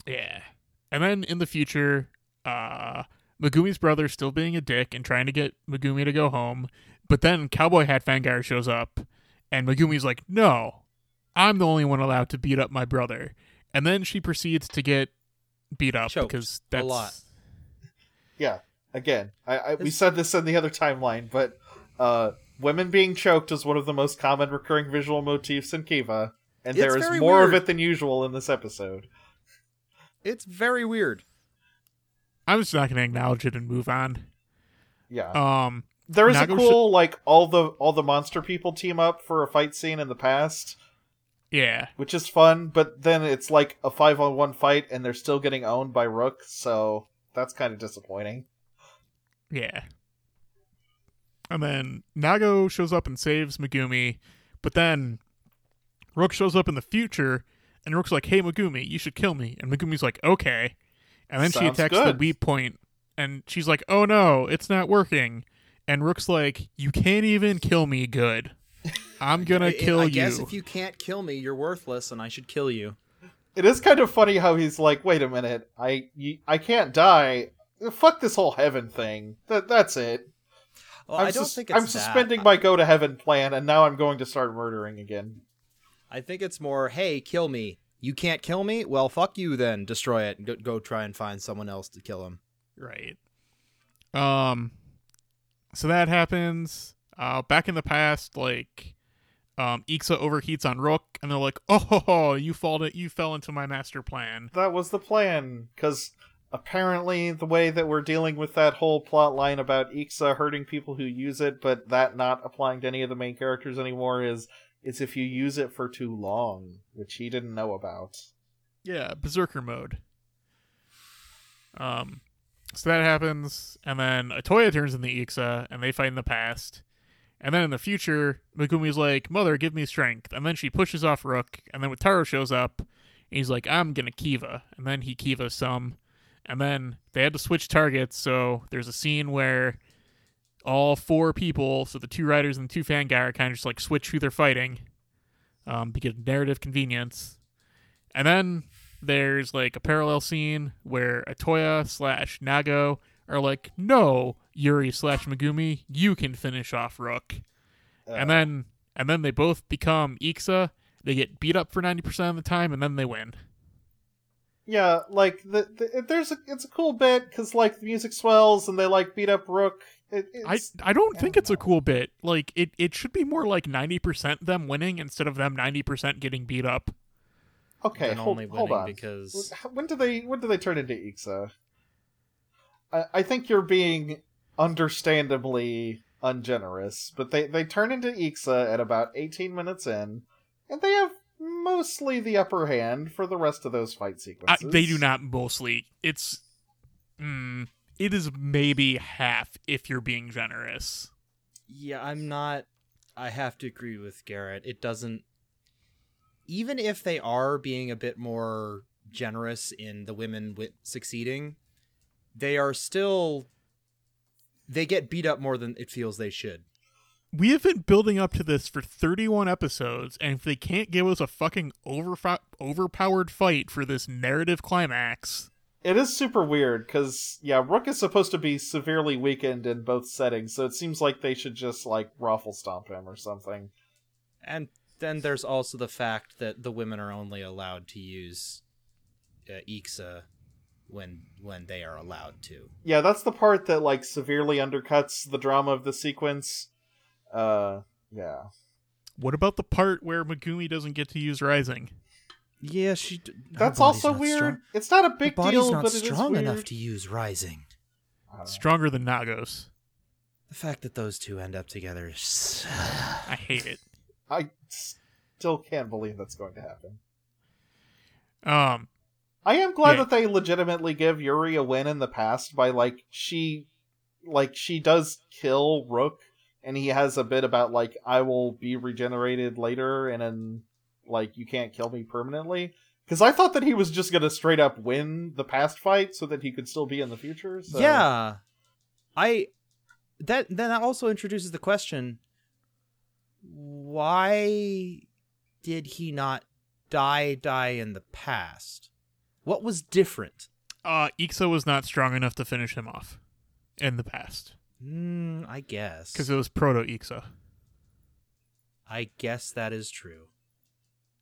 Speaker 3: Yeah. And then in the future, uh Megumi's brother still being a dick and trying to get Megumi to go home, but then Cowboy Hat Fangire shows up and Megumi's like, "No. I'm the only one allowed to beat up my brother." And then she proceeds to get beat up
Speaker 2: Choked
Speaker 3: because
Speaker 2: a
Speaker 3: that's
Speaker 2: lot.
Speaker 1: Yeah. Again, I, I we said this in the other timeline, but uh, women being choked is one of the most common recurring visual motifs in Kiva, and
Speaker 2: It's
Speaker 1: there is
Speaker 2: very
Speaker 1: more of
Speaker 2: weird.
Speaker 1: it than usual in this episode.
Speaker 2: It's very weird.
Speaker 3: I'm just not going to acknowledge it and move on.
Speaker 1: Yeah.
Speaker 3: Um
Speaker 1: There is
Speaker 3: Nago
Speaker 1: a
Speaker 3: sh-
Speaker 1: cool like all the all the monster people team up for a fight scene in the past,
Speaker 3: yeah.
Speaker 1: which is fun. But then it's like a five on one fight, and they're still getting owned by Rook, so that's kind of disappointing.
Speaker 3: Yeah. And then Nago shows up and saves Megumi, but then Rook shows up in the future, and Rook's like, "Hey Megumi, you should kill me." And Megumi's like, "Okay." And then she
Speaker 1: Sounds
Speaker 3: attacks
Speaker 1: good.
Speaker 3: the weak point, and she's like, "Oh no, it's not working." And Rook's like, "You can't even kill me good. I'm gonna kill
Speaker 2: [laughs] I
Speaker 3: you."
Speaker 2: guess if you can't kill me, you're worthless, and I should kill you.
Speaker 1: It is kind of funny how he's like, "Wait a minute, I you, I can't die. Fuck this whole heaven thing. That that's it.
Speaker 2: Well,
Speaker 1: I'm
Speaker 2: I don't
Speaker 1: sus-
Speaker 2: think it's
Speaker 1: I'm
Speaker 2: that.
Speaker 1: suspending my go to heaven plan, and now I'm going to start murdering again."
Speaker 2: I think it's more, hey, kill me. You can't kill me? Well, fuck you then. Destroy it. Go, go try and find someone else to kill him.
Speaker 3: Right. Um so that happens. Uh back in the past, like um Ixa overheats on Rook and they're like, Oh [laughs] ho, ho, you fall to, you fell into my master plan.
Speaker 1: that was the plan because apparently the way that we're dealing with that whole plot line about ixa hurting people who use it but that not applying to any of the main characters anymore is is if you use it for too long which he didn't know about
Speaker 3: Yeah, berserker mode. Um so that happens, and then Atoya turns in the Ixa and they fight in the past. And then in the future, Megumi's like, Mother, give me strength. And then she pushes off Rook, and then Wataru shows up, and he's like, I'm gonna Kiva. And then he Kiva some. And then they had to switch targets, so there's a scene where all four people, so the two riders and the two fan guy are kind of just like switch who they're fighting. Um, because narrative convenience. And then there's like a parallel scene where Atoya slash Nago are like, no, Yuri slash Megumi, you can finish off Rook. and then and then they both become Ixa. They get beat up for ninety percent of the time, and then they win.
Speaker 1: yeah like the, the it- there's a, it's a cool bit because like the music swells and they like beat up rook it,
Speaker 3: I
Speaker 1: it's,
Speaker 3: I don't
Speaker 1: I
Speaker 3: think
Speaker 1: don't
Speaker 3: it's a cool bit. Like it it should be more like ninety percent them winning instead of them ninety percent getting beat up.
Speaker 1: okay
Speaker 2: Then
Speaker 1: hold,
Speaker 2: only
Speaker 1: hold
Speaker 2: winning
Speaker 1: on
Speaker 2: because-
Speaker 1: when do they when do they turn into ixa i, I think you're being understandably ungenerous, but they they turn into Ixa at about 18 minutes in, and they have mostly the upper hand for the rest of those fight
Speaker 3: I,
Speaker 1: sequences.
Speaker 3: they do not mostly. It's, mm, it is maybe half if you're being generous.
Speaker 2: Yeah, I'm not. I have to agree with Garrett. It doesn't. Even if they are being a bit more generous in the women wi- succeeding, they are still. They get beat up more than it feels they should.
Speaker 3: We have been building up to this for 31 episodes, and if they can't give us a fucking overfo- overpowered fight for this narrative climax,
Speaker 1: It is super weird because yeah, Rook is supposed to be severely weakened in both settings, so it seems like they should just like ruffle stomp him or something.
Speaker 2: And then there's also the fact that the women are only allowed to use uh, Ixa when when they are allowed to.
Speaker 1: yeah that's the part that like severely undercuts the drama of the sequence uh yeah
Speaker 3: what about the part where Megumi doesn't get to use Rising?
Speaker 2: Yeah, she.
Speaker 1: that's also weird it's not a big
Speaker 2: Her body's
Speaker 1: deal
Speaker 2: not
Speaker 1: but
Speaker 2: strong
Speaker 1: it is weird.
Speaker 2: enough to use rising.
Speaker 1: I don't know.
Speaker 3: Stronger than Nagos.
Speaker 2: The fact that those two end up together. is-
Speaker 3: I hate it.
Speaker 1: i still can't believe that's going to happen
Speaker 3: Um,
Speaker 1: i am glad
Speaker 3: Yeah.
Speaker 1: that they legitimately give yuri a win in the past by like she like she does kill rook and he has a bit about like i will be regenerated later and then like you can't kill me permanently because i thought that he was just gonna straight up win the past fight so that he could still be in the future so
Speaker 2: Yeah, I. That then that also introduces the question: Why did he not die? Die in the past? What was different?
Speaker 3: uh, Ixa was not strong enough to finish him off in the past
Speaker 2: Hmm, I guess.
Speaker 3: because it was proto Ixa.
Speaker 2: I guess that is true.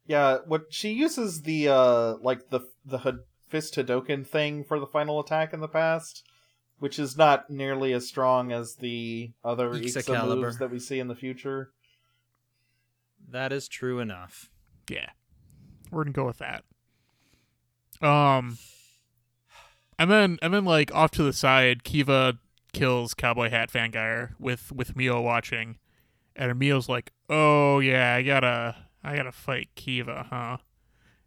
Speaker 1: Yeah, what she uses the uh like the the Hid- fist Hadoken thing for the final attack in the past, which is not nearly as strong as the other
Speaker 2: Ixa
Speaker 1: Ixa,
Speaker 2: caliber.
Speaker 1: moves that we see in the future.
Speaker 2: That is true enough.
Speaker 3: Yeah. We're gonna go with that. Um and then and then like off to the side, Kiva kills Cowboy Hat Fangire with with Mio watching. And Mio's like, Oh yeah, I gotta I gotta fight Kiva, huh?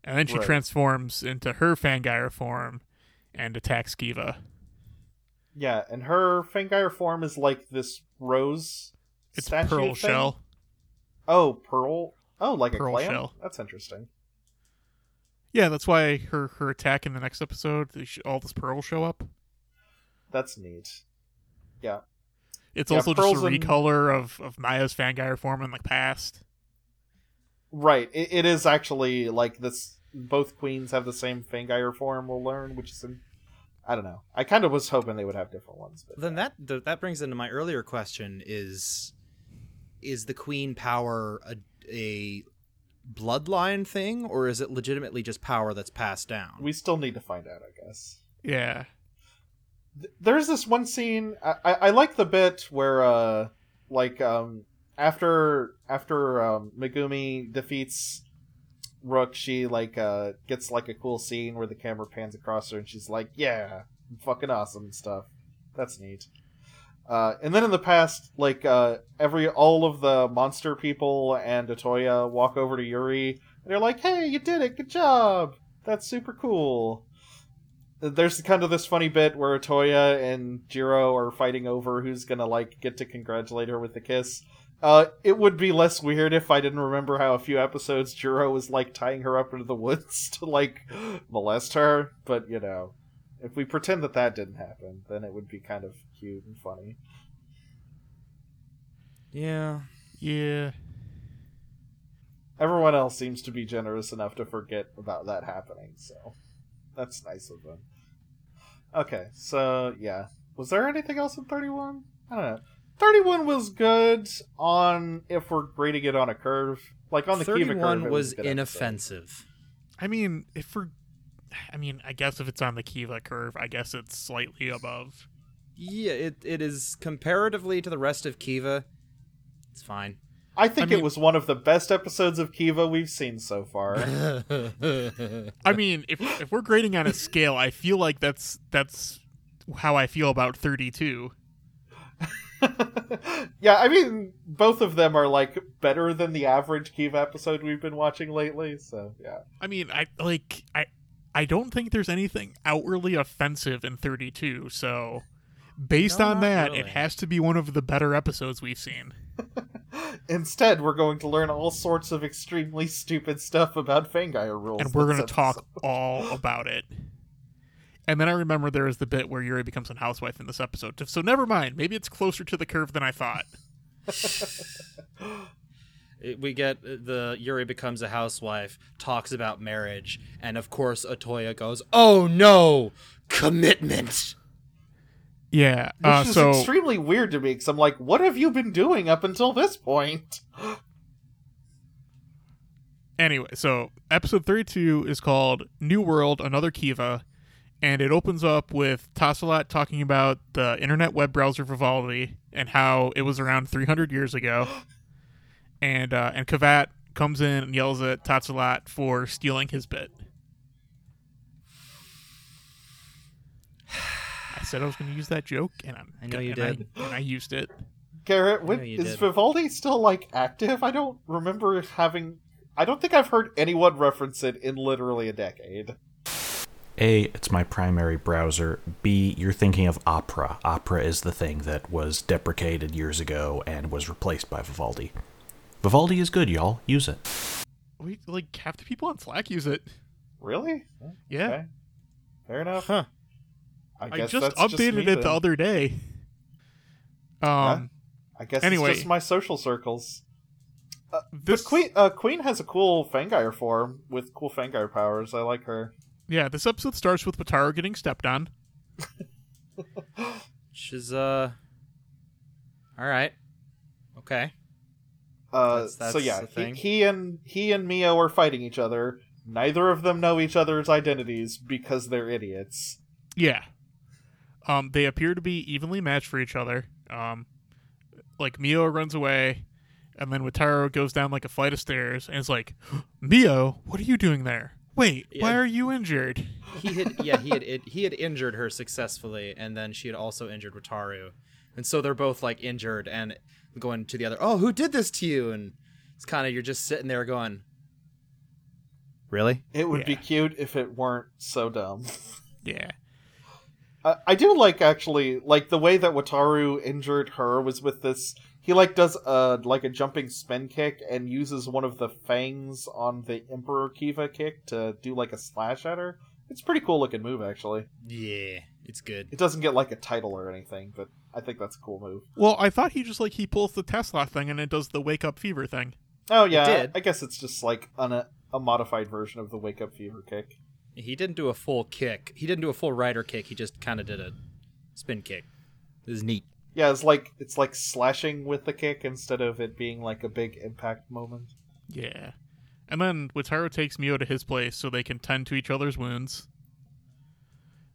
Speaker 3: And then she
Speaker 1: Right.
Speaker 3: transforms into her Fangire form and attacks Kiva.
Speaker 1: Yeah, and her Fangire form is like this rose
Speaker 3: It's
Speaker 1: statue
Speaker 3: Pearl
Speaker 1: thing?
Speaker 3: Shell.
Speaker 1: Oh, pearl. Oh, like
Speaker 3: Pearl
Speaker 1: a clam.
Speaker 3: shell.
Speaker 1: That's interesting.
Speaker 3: Yeah, that's why her her attack in the next episode, they sh- all this pearl show up.
Speaker 1: That's neat. Yeah.
Speaker 3: It's
Speaker 1: Yeah,
Speaker 3: also just
Speaker 1: pearls
Speaker 3: a
Speaker 1: and-
Speaker 3: recolor of of Maya's Fangire form in the past.
Speaker 1: Right. It, it is actually like this. Both queens have the same Fangire form. We'll learn, which is, in, I don't know. I kind of was hoping they would have different ones, but
Speaker 2: then that th- that brings into my earlier question is is the queen power a, a bloodline thing or is it legitimately just power that's passed down
Speaker 1: we still need to find out. I guess
Speaker 3: Yeah.
Speaker 1: Th- there's this one scene. I, I, I like the bit where, uh, like, um, after after um, Megumi defeats Rook, she like uh gets like a cool scene where the camera pans across her and she's like, "Yeah, I'm fucking awesome and stuff." That's neat. Uh, and then in the past, like uh, every all of the monster people and Atoya walk over to Yuri, and they're like, "Hey, you did it! Good job! That's super cool." There's kind of this funny bit where Atoya and Jiro are fighting over who's gonna like get to congratulate her with a kiss. Uh, it would be less weird if I didn't remember how a few episodes Jiro was like tying her up into the woods [laughs] to like molest her. But you know, if we pretend that that didn't happen, then it would be kind of cute and funny.
Speaker 2: yeah
Speaker 3: Yeah.
Speaker 1: Everyone else seems to be generous enough to forget about that happening, so that's nice of them. Okay, so yeah, was there anything else in thirty-one? I don't know. Thirty-one was good on if we're grading it on a curve, like on the Kiva
Speaker 2: 31
Speaker 1: curve. it
Speaker 2: was
Speaker 1: a good episode.
Speaker 2: inoffensive
Speaker 3: I mean, if we're, I mean, I guess if it's on the Kiva curve, I guess it's slightly above.
Speaker 2: yeah it, it is comparatively to the rest of kiva it's [laughs] fine
Speaker 1: I think
Speaker 3: I mean-
Speaker 1: it was one of the best episodes of Kiva we've seen so
Speaker 2: [laughs]
Speaker 1: far. [laughs]
Speaker 3: I mean, if if we're grading on a scale, I feel like that's that's how I feel about thirty two.
Speaker 1: yeah, I mean, both of them are like better than the average Cube episode we've been watching lately. So yeah,
Speaker 3: I mean, I like I I don't think there's anything outwardly offensive in 32. So based
Speaker 2: No,
Speaker 3: on
Speaker 2: not
Speaker 3: that, it
Speaker 2: really.
Speaker 3: has to be one of the better episodes we've seen.
Speaker 1: instead we're going to learn all sorts of extremely stupid stuff about Fangire rules,
Speaker 3: and we're
Speaker 1: this
Speaker 3: going to talk
Speaker 1: episode.
Speaker 3: all about it. And then I remember there is the bit where Yuri becomes a housewife in this episode. So never mind. Maybe it's closer to the curve than I thought.
Speaker 2: It- we get uh, the Yuri becomes a housewife, talks about marriage, and of course Otoya goes, "Oh no, commitment."
Speaker 3: Yeah.
Speaker 1: Which
Speaker 3: Uh,
Speaker 1: is
Speaker 3: so
Speaker 1: extremely weird to me because I'm like, what have you been doing up until this point?
Speaker 3: anyway, so episode 32 is called New World, Another Kiva. And it opens up with Tassalat talking about the internet web browser Vivaldi and how it was around 300
Speaker 2: [gasps]
Speaker 3: years ago. And uh, and Kavat comes in and yells at Tatsalat for stealing his bit. I said I was going to use that joke, and I'm,
Speaker 2: I know you
Speaker 3: and I-
Speaker 2: did.
Speaker 3: and I used it.
Speaker 1: Garrett, when,
Speaker 2: you
Speaker 1: is
Speaker 2: did.
Speaker 1: Vivaldi still like active? I don't remember having. I don't think I've heard anyone reference it in literally a decade.
Speaker 5: A, it's my primary browser. B, you're thinking of Opera. Opera is the thing that was deprecated years ago and was replaced by Vivaldi. Vivaldi is good, y'all. Use it.
Speaker 3: We like half the people on Slack use it.
Speaker 1: Really?
Speaker 3: Yeah.
Speaker 1: Okay. Fair enough.
Speaker 2: Huh.
Speaker 1: I,
Speaker 3: I
Speaker 1: guess
Speaker 3: just
Speaker 1: that's just
Speaker 3: updated
Speaker 1: me
Speaker 3: it the
Speaker 1: then.
Speaker 3: other day. Um,
Speaker 1: I guess
Speaker 3: Anyway.
Speaker 1: it's just my social circles.
Speaker 3: this
Speaker 1: But Queen, uh, Queen has a cool Fangire form with cool Fangire powers. I like her.
Speaker 3: yeah, this episode starts with Pataro getting stepped on.
Speaker 2: She's uh, all right, okay.
Speaker 1: Uh,
Speaker 2: That's- that's
Speaker 1: so yeah,
Speaker 2: the
Speaker 1: he-
Speaker 2: thing.
Speaker 1: He, and he and Mio are fighting each other. Neither of them know each other's identities because they're idiots.
Speaker 3: Yeah, um, they appear to be evenly matched for each other. Um, like Mio runs away, and then Wataru goes down like a flight of stairs and is like, [gasps] "Mio, what are you doing there? Wait, why
Speaker 2: Yeah.
Speaker 3: are you injured?"
Speaker 2: He had yeah he had it, he had injured her successfully, and then she had also injured Wataru, and so they're both like injured and going to the other. Oh, who did this to you? And it's kind of you're just sitting there going, really?
Speaker 1: It would be
Speaker 3: Yeah.
Speaker 1: cute if it weren't so dumb.
Speaker 3: Yeah,
Speaker 1: I, I do like actually like the way that Wataru injured her was with this. He like does a like a jumping spin kick and uses one of the fangs on the Emperor Kiva kick to do like a slash at her. It's a pretty cool looking move actually.
Speaker 2: Yeah, it's good.
Speaker 1: It doesn't get like a title or anything, but I think that's a cool move.
Speaker 3: well, I thought he just like he pulls the Tesla thing and it does the wake up fever thing.
Speaker 1: Oh yeah,
Speaker 2: did.
Speaker 1: I guess it's just like an, a, a modified version of the Wake Up Fever kick.
Speaker 2: He didn't do a full kick. He didn't do a full rider kick. He just kind of did a spin kick. This is neat.
Speaker 1: Yeah, it's like it's like slashing with the kick instead of it being like a big impact moment.
Speaker 3: Yeah. And then Wataru takes Mio to his place so they can tend to each other's wounds.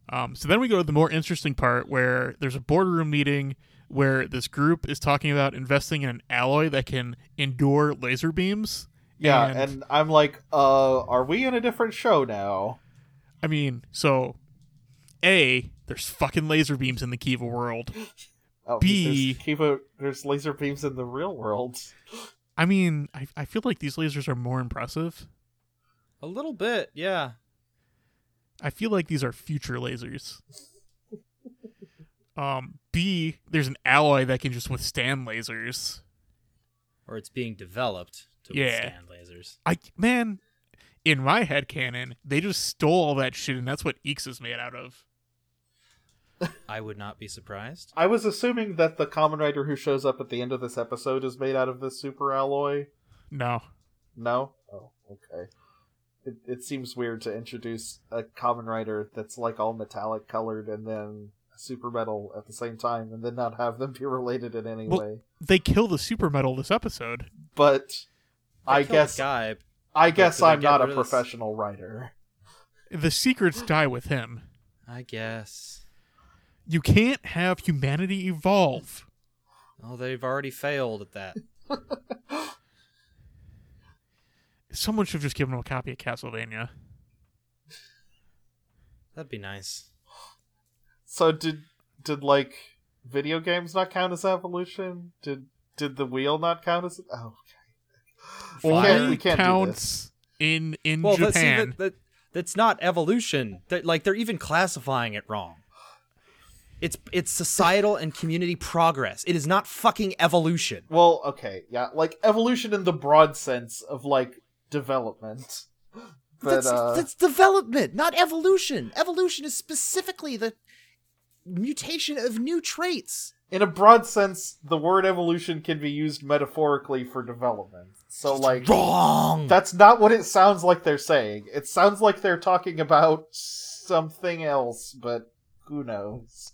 Speaker 3: Um, so then we go to the more interesting part where there's a boardroom meeting where this group is talking about investing in an alloy that can endure laser beams.
Speaker 1: Yeah,
Speaker 3: And-
Speaker 1: and, I'm like, uh, are we in a different show now?
Speaker 3: I mean, so A, there's fucking laser beams in the Kiva world.
Speaker 1: Oh,
Speaker 3: B.
Speaker 1: there's, Kiva, there's laser beams in the real world.
Speaker 3: I mean, I, I feel like these lasers are more impressive.
Speaker 2: A little bit, yeah.
Speaker 3: I feel like these are future lasers. [laughs] Um, B, there's an alloy that can just withstand lasers.
Speaker 2: Or it's being developed to
Speaker 3: Yeah.
Speaker 2: withstand lasers.
Speaker 3: I man, in my head canon, they just stole all that shit, and that's what Eeks is made out of.
Speaker 2: I would not be surprised.
Speaker 1: I was assuming that the common writer who shows up at the end of this episode is made out of this super alloy.
Speaker 3: No,
Speaker 1: No? Oh, okay. It, it seems weird to introduce a common writer that's like all metallic colored and then super metal at the same time and then not have them be [laughs] related in any
Speaker 3: Well-
Speaker 1: way.
Speaker 3: they kill the super metal this episode.
Speaker 1: But
Speaker 2: They
Speaker 1: I
Speaker 2: killed
Speaker 1: guess,
Speaker 2: the guy.
Speaker 1: I guess
Speaker 2: did they
Speaker 1: I'm
Speaker 2: get
Speaker 1: not a
Speaker 2: rid of this-
Speaker 1: professional writer.
Speaker 3: The secrets die with him.
Speaker 2: I guess.
Speaker 3: You can't have humanity evolve.
Speaker 2: Oh, they've already failed at that.
Speaker 3: Someone should have just given him a copy of Castlevania.
Speaker 2: That'd be nice.
Speaker 1: So did did like video games not count as evolution? Did did the wheel not count as? Oh, okay. We
Speaker 3: Only
Speaker 1: can't, we can't do this.
Speaker 3: counts in in
Speaker 2: Well, that's, see,
Speaker 3: Japan.
Speaker 2: that, that, that's not evolution. That like they're even classifying it wrong. It's it's societal and community progress. It is not fucking evolution.
Speaker 1: Well, okay, yeah, like evolution in the broad sense of like
Speaker 2: [laughs]
Speaker 1: development. But
Speaker 2: that's,
Speaker 1: uh,
Speaker 2: that's development, not evolution. Evolution is specifically the mutation of new traits.
Speaker 1: in a broad sense, the word evolution can be used metaphorically for development. So, like,
Speaker 2: Wrong.
Speaker 1: that's not what it sounds like they're saying. It sounds like they're talking about something else, but who knows?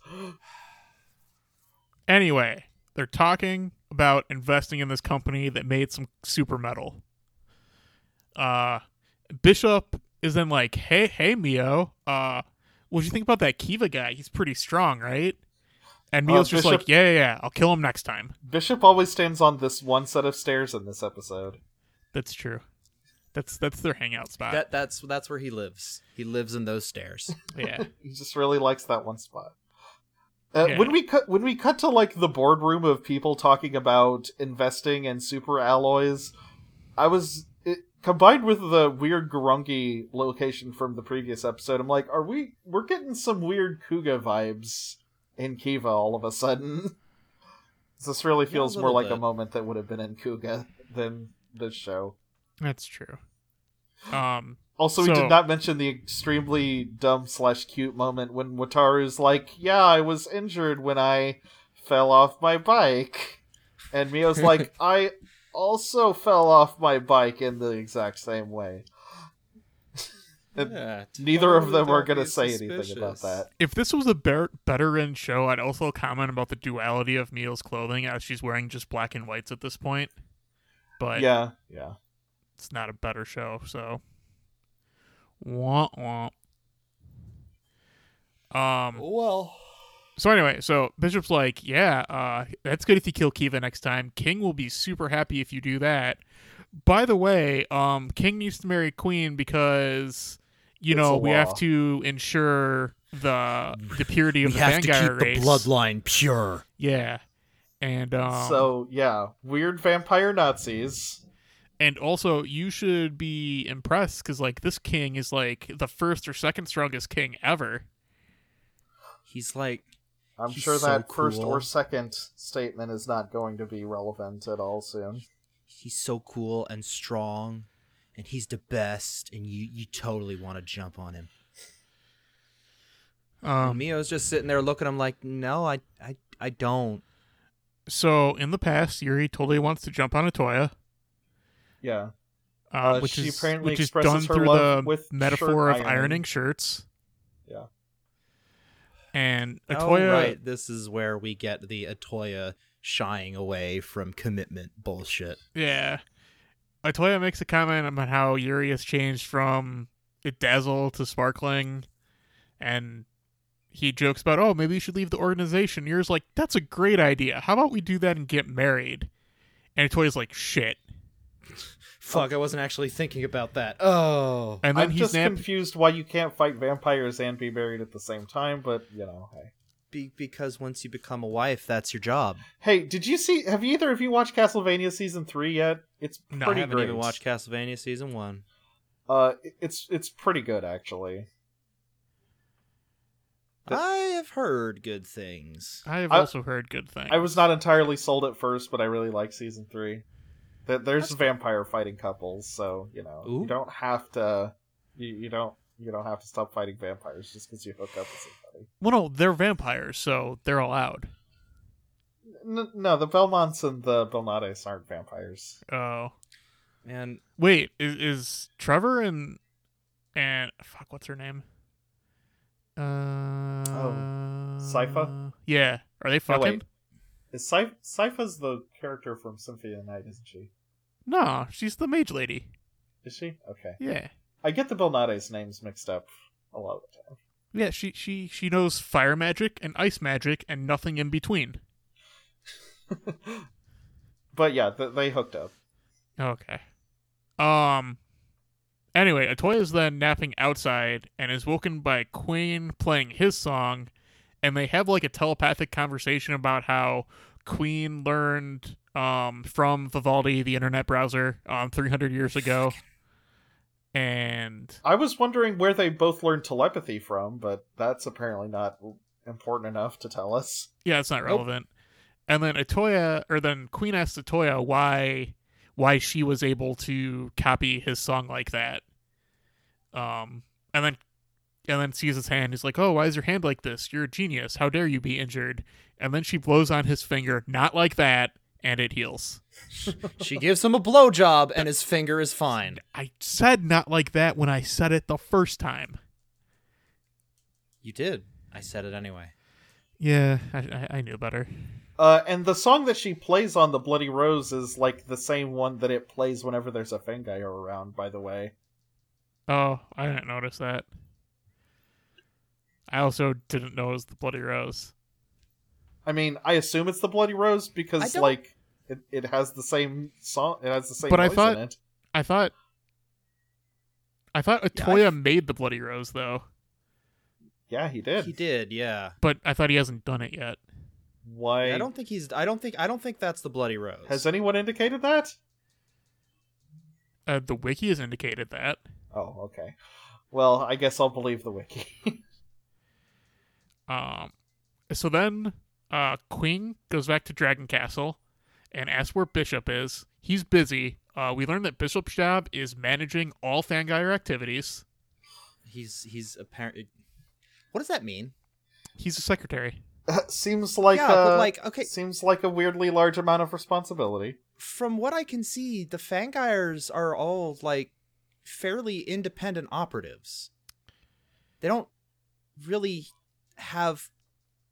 Speaker 3: Anyway, they're talking about investing in this company that made some super metal. Uh, Bishop is then like, "Hey, hey, Mio, uh, what do you think about that Kiva guy? He's pretty strong, right?" And
Speaker 1: Uh,
Speaker 3: Mio's just
Speaker 1: Bishop-
Speaker 3: like, "Yeah, yeah, yeah, I'll kill him next time."
Speaker 1: Bishop always stands on this one set of stairs in this episode.
Speaker 3: That's true. That's that's their hangout spot.
Speaker 2: That that's that's where he lives. He lives in those stairs.
Speaker 1: [laughs]
Speaker 3: yeah.
Speaker 1: He just really likes that one spot. Uh,
Speaker 3: Yeah.
Speaker 1: When we cut, when we cut to like the boardroom of people talking about investing and super alloys, I was it, combined with the weird Garungi location from the previous episode. I'm like, are we? We're getting some weird Kuga vibes in Kiva all of a sudden. [laughs] this really
Speaker 2: a
Speaker 1: feels more
Speaker 2: little
Speaker 1: like a
Speaker 2: bit.
Speaker 1: moment that would have been in Kuga than this show.
Speaker 3: That's true. Um,
Speaker 1: Also, we
Speaker 3: So-
Speaker 1: did not mention the extremely dumb slash cute moment when Wataru's like, "Yeah, I was injured when I fell off my bike," and
Speaker 2: [laughs]
Speaker 1: Mio's like, "I also fell off my bike in the exact same way." And Neither of them are going to say anything about that.
Speaker 3: if this was a better better in show, I'd also comment about the duality of Mio's clothing as she's wearing just black and whites at this point. But
Speaker 1: Yeah, yeah.
Speaker 3: it's not a better show, so wah wah. Um
Speaker 2: Oh. Well,
Speaker 3: so anyway, so Bishop's like, yeah, uh, that's good if you kill Kiva next time. King will be super happy if you do that. By the way, um, King needs to marry Queen because you
Speaker 1: It's
Speaker 3: know
Speaker 1: a
Speaker 3: we
Speaker 1: law.
Speaker 3: have to ensure the the purity of
Speaker 2: we
Speaker 3: the
Speaker 2: have to keep
Speaker 3: Vanguard
Speaker 2: the
Speaker 3: race.
Speaker 2: bloodline pure.
Speaker 3: Yeah, and um,
Speaker 1: so yeah, weird vampire Nazis.
Speaker 3: and also you should be impressed because like this king is like the first or second strongest king ever.
Speaker 2: He's like
Speaker 1: I'm
Speaker 2: He's
Speaker 1: sure
Speaker 2: so
Speaker 1: that first
Speaker 2: cool.
Speaker 1: or second statement is not going to be relevant at all soon.
Speaker 2: he's so cool and strong and he's the best and you you totally want to jump on him
Speaker 3: Um,
Speaker 2: mio's just sitting there looking at him like no i i, I don't
Speaker 3: so in the past, Yuri totally wants to jump on Atoya.
Speaker 1: Yeah.
Speaker 3: uh,
Speaker 1: Uh,
Speaker 3: which
Speaker 1: she
Speaker 3: is
Speaker 1: apparently
Speaker 3: which is
Speaker 1: expresses
Speaker 3: done
Speaker 1: her
Speaker 3: through
Speaker 1: love
Speaker 3: the
Speaker 1: with
Speaker 3: metaphor
Speaker 1: shirt
Speaker 3: of
Speaker 1: ironing.
Speaker 3: ironing shirts.
Speaker 1: Yeah.
Speaker 3: And
Speaker 2: oh
Speaker 3: Atoya,
Speaker 2: right this is where we get the atoya shying away from commitment bullshit
Speaker 3: yeah, Atoya makes a comment about how Yuri has changed from it dazzle to sparkling, and he jokes about, oh, maybe you should leave the organization. Yuri's like, that's a great idea. How about we do that and get married? And Atoya's like, shit.
Speaker 2: fuck i wasn't actually thinking about that oh
Speaker 3: And then
Speaker 1: I'm
Speaker 3: he's
Speaker 1: just
Speaker 3: napped.
Speaker 1: confused why you can't fight vampires and be married at the same time, but you know, hey.
Speaker 2: Be- because once you become a wife that's your job
Speaker 1: Hey, did you see? Have either of you watched Castlevania season three yet? It's pretty
Speaker 3: No, I
Speaker 2: i haven't
Speaker 1: great.
Speaker 2: even watched castlevania season one
Speaker 1: Uh, it- it's it's pretty good actually. But-
Speaker 2: i have heard good things
Speaker 3: I have
Speaker 1: I-
Speaker 3: also heard good things.
Speaker 1: I was not entirely sold at first, but I really like season three. That there's vampire fighting couples, so you know you
Speaker 2: Ooh.
Speaker 1: don't have to. You, you don't you don't have to stop fighting vampires just because you hook up with somebody.
Speaker 3: Well, no, they're vampires, so they're allowed.
Speaker 1: N- no, the Belmonts and the Belnades aren't vampires.
Speaker 3: Oh.
Speaker 2: and
Speaker 3: Wait, is, is Trevor and and fuck, what's her name? Uh, oh,
Speaker 1: Sypha?
Speaker 3: Yeah, are they
Speaker 1: Oh,
Speaker 3: fucking?
Speaker 1: wait. Is Sy- Sypha's the character from Symphony of the Night, isn't she?
Speaker 3: No, she's the mage lady.
Speaker 1: Is she? Okay.
Speaker 3: Yeah,
Speaker 1: I get the Belnades names mixed up a lot of the time.
Speaker 3: yeah. She she she knows fire magic and ice magic and nothing in between.
Speaker 1: But yeah, th- they hooked up.
Speaker 3: Okay. Um. Anyway, Atoya's then napping outside and is woken by Queen playing his song, and they have like a telepathic conversation about how Queen learned um, from Vivaldi, the internet browser, um, 300 years ago. And
Speaker 1: I was wondering where they both learned telepathy from, but that's apparently not important enough to tell us.
Speaker 3: yeah, it's not
Speaker 2: Nope.
Speaker 3: relevant. And then Atoya, or then Queen asks Atoya why why she was able to copy his song like that. Um, and then and then sees his hand. He's like, "Oh, why is your hand like this? You're a genius. How dare you be injured?" And then she blows on his finger, not like that, and it heals.
Speaker 2: She gives him a blowjob, and his finger is fine.
Speaker 3: I said not like that when I said it the first time.
Speaker 2: You did. I said it anyway.
Speaker 3: Yeah, I, I, I knew better.
Speaker 1: Uh, and the song that she plays on the Bloody Rose is like the same one that it plays whenever there's a Fengai around. By the way,
Speaker 3: Oh, I didn't notice that. I also didn't notice the bloody rose.
Speaker 1: I mean, I assume it's the Bloody Rose because
Speaker 2: don't-
Speaker 1: like it, it has the same song. It has the same.
Speaker 3: But I
Speaker 1: noise
Speaker 3: thought-
Speaker 1: in it.
Speaker 3: I thought I thought Atoya made the bloody rose though,
Speaker 1: yeah, he did.
Speaker 2: He did, yeah.
Speaker 3: but I thought he hasn't done it yet.
Speaker 1: Why?
Speaker 2: I don't think he's. I don't think. I don't think that's the bloody rose.
Speaker 1: Has anyone indicated that?
Speaker 3: Uh, the wiki has indicated that.
Speaker 1: Oh, okay. Well, I guess I'll believe the wiki. [laughs]
Speaker 3: Um, so then uh, Queen goes back to Dragon Castle and asks where Bishop is. He's busy. Uh, we learn that Bishop's job is managing all Fangire activities.
Speaker 2: he's he's apparent. What does that mean?
Speaker 3: He's a secretary.
Speaker 1: Uh, seems like
Speaker 2: Yeah, but,
Speaker 1: uh,
Speaker 2: like, okay-
Speaker 1: seems like a weirdly large amount of responsibility.
Speaker 2: From what I can see, the Fangires are all like fairly independent operatives. They don't really have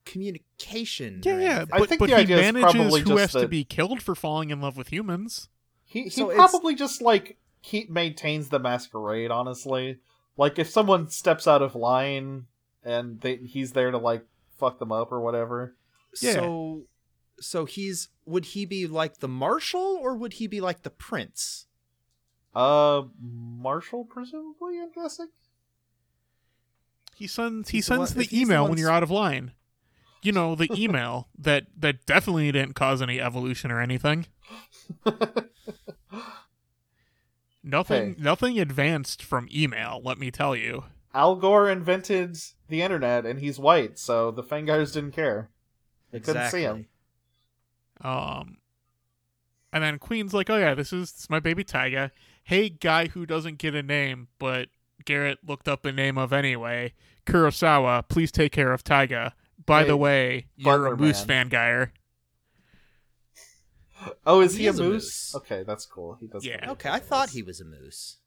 Speaker 2: communication. or anything.
Speaker 1: I
Speaker 3: But,
Speaker 1: think
Speaker 3: but
Speaker 1: the
Speaker 3: he
Speaker 1: idea is
Speaker 3: manages
Speaker 1: probably
Speaker 3: who
Speaker 1: just
Speaker 3: has to
Speaker 1: that-
Speaker 3: be killed for falling in love with humans.
Speaker 1: He he
Speaker 2: So it's-
Speaker 1: probably just like he maintains the masquerade. Honestly, like if someone steps out of line and they, he's there to like fuck them up or whatever.
Speaker 3: Yeah.
Speaker 2: So, so he's would he be like the marshal or would he be like the prince?
Speaker 1: Uh, Marshall, presumably, I'm guessing.
Speaker 3: He sends he
Speaker 2: He's the one-
Speaker 3: sends the,
Speaker 2: if he's the
Speaker 3: email
Speaker 2: one
Speaker 3: when
Speaker 2: s-
Speaker 3: you're out of line. You
Speaker 2: [laughs]
Speaker 3: know, the email that that definitely didn't cause any evolution or
Speaker 2: [laughs]
Speaker 3: anything. Nothing
Speaker 1: Hey.
Speaker 3: nothing advanced from email, let me tell you.
Speaker 1: Al Gore invented the internet, and he's white, so the Fangars didn't care. They couldn't see him.
Speaker 3: Um and then Queen's like, "Oh yeah, this is, this is my baby Tyga. Hey, guy who doesn't get a name, but Garrett looked up a name of anyway. Kurosawa, please take care of Tyga. By
Speaker 1: Hey,
Speaker 3: the way, you're a
Speaker 1: Butler
Speaker 3: moose
Speaker 1: man.
Speaker 3: fan guyer.
Speaker 1: Oh, is he,
Speaker 2: He
Speaker 1: a,
Speaker 2: is
Speaker 1: moose?
Speaker 2: a moose.
Speaker 1: Okay, that's cool. He does.
Speaker 3: Yeah.
Speaker 1: look like
Speaker 2: Okay,
Speaker 1: a
Speaker 2: I thought
Speaker 1: moose.
Speaker 2: he was a moose.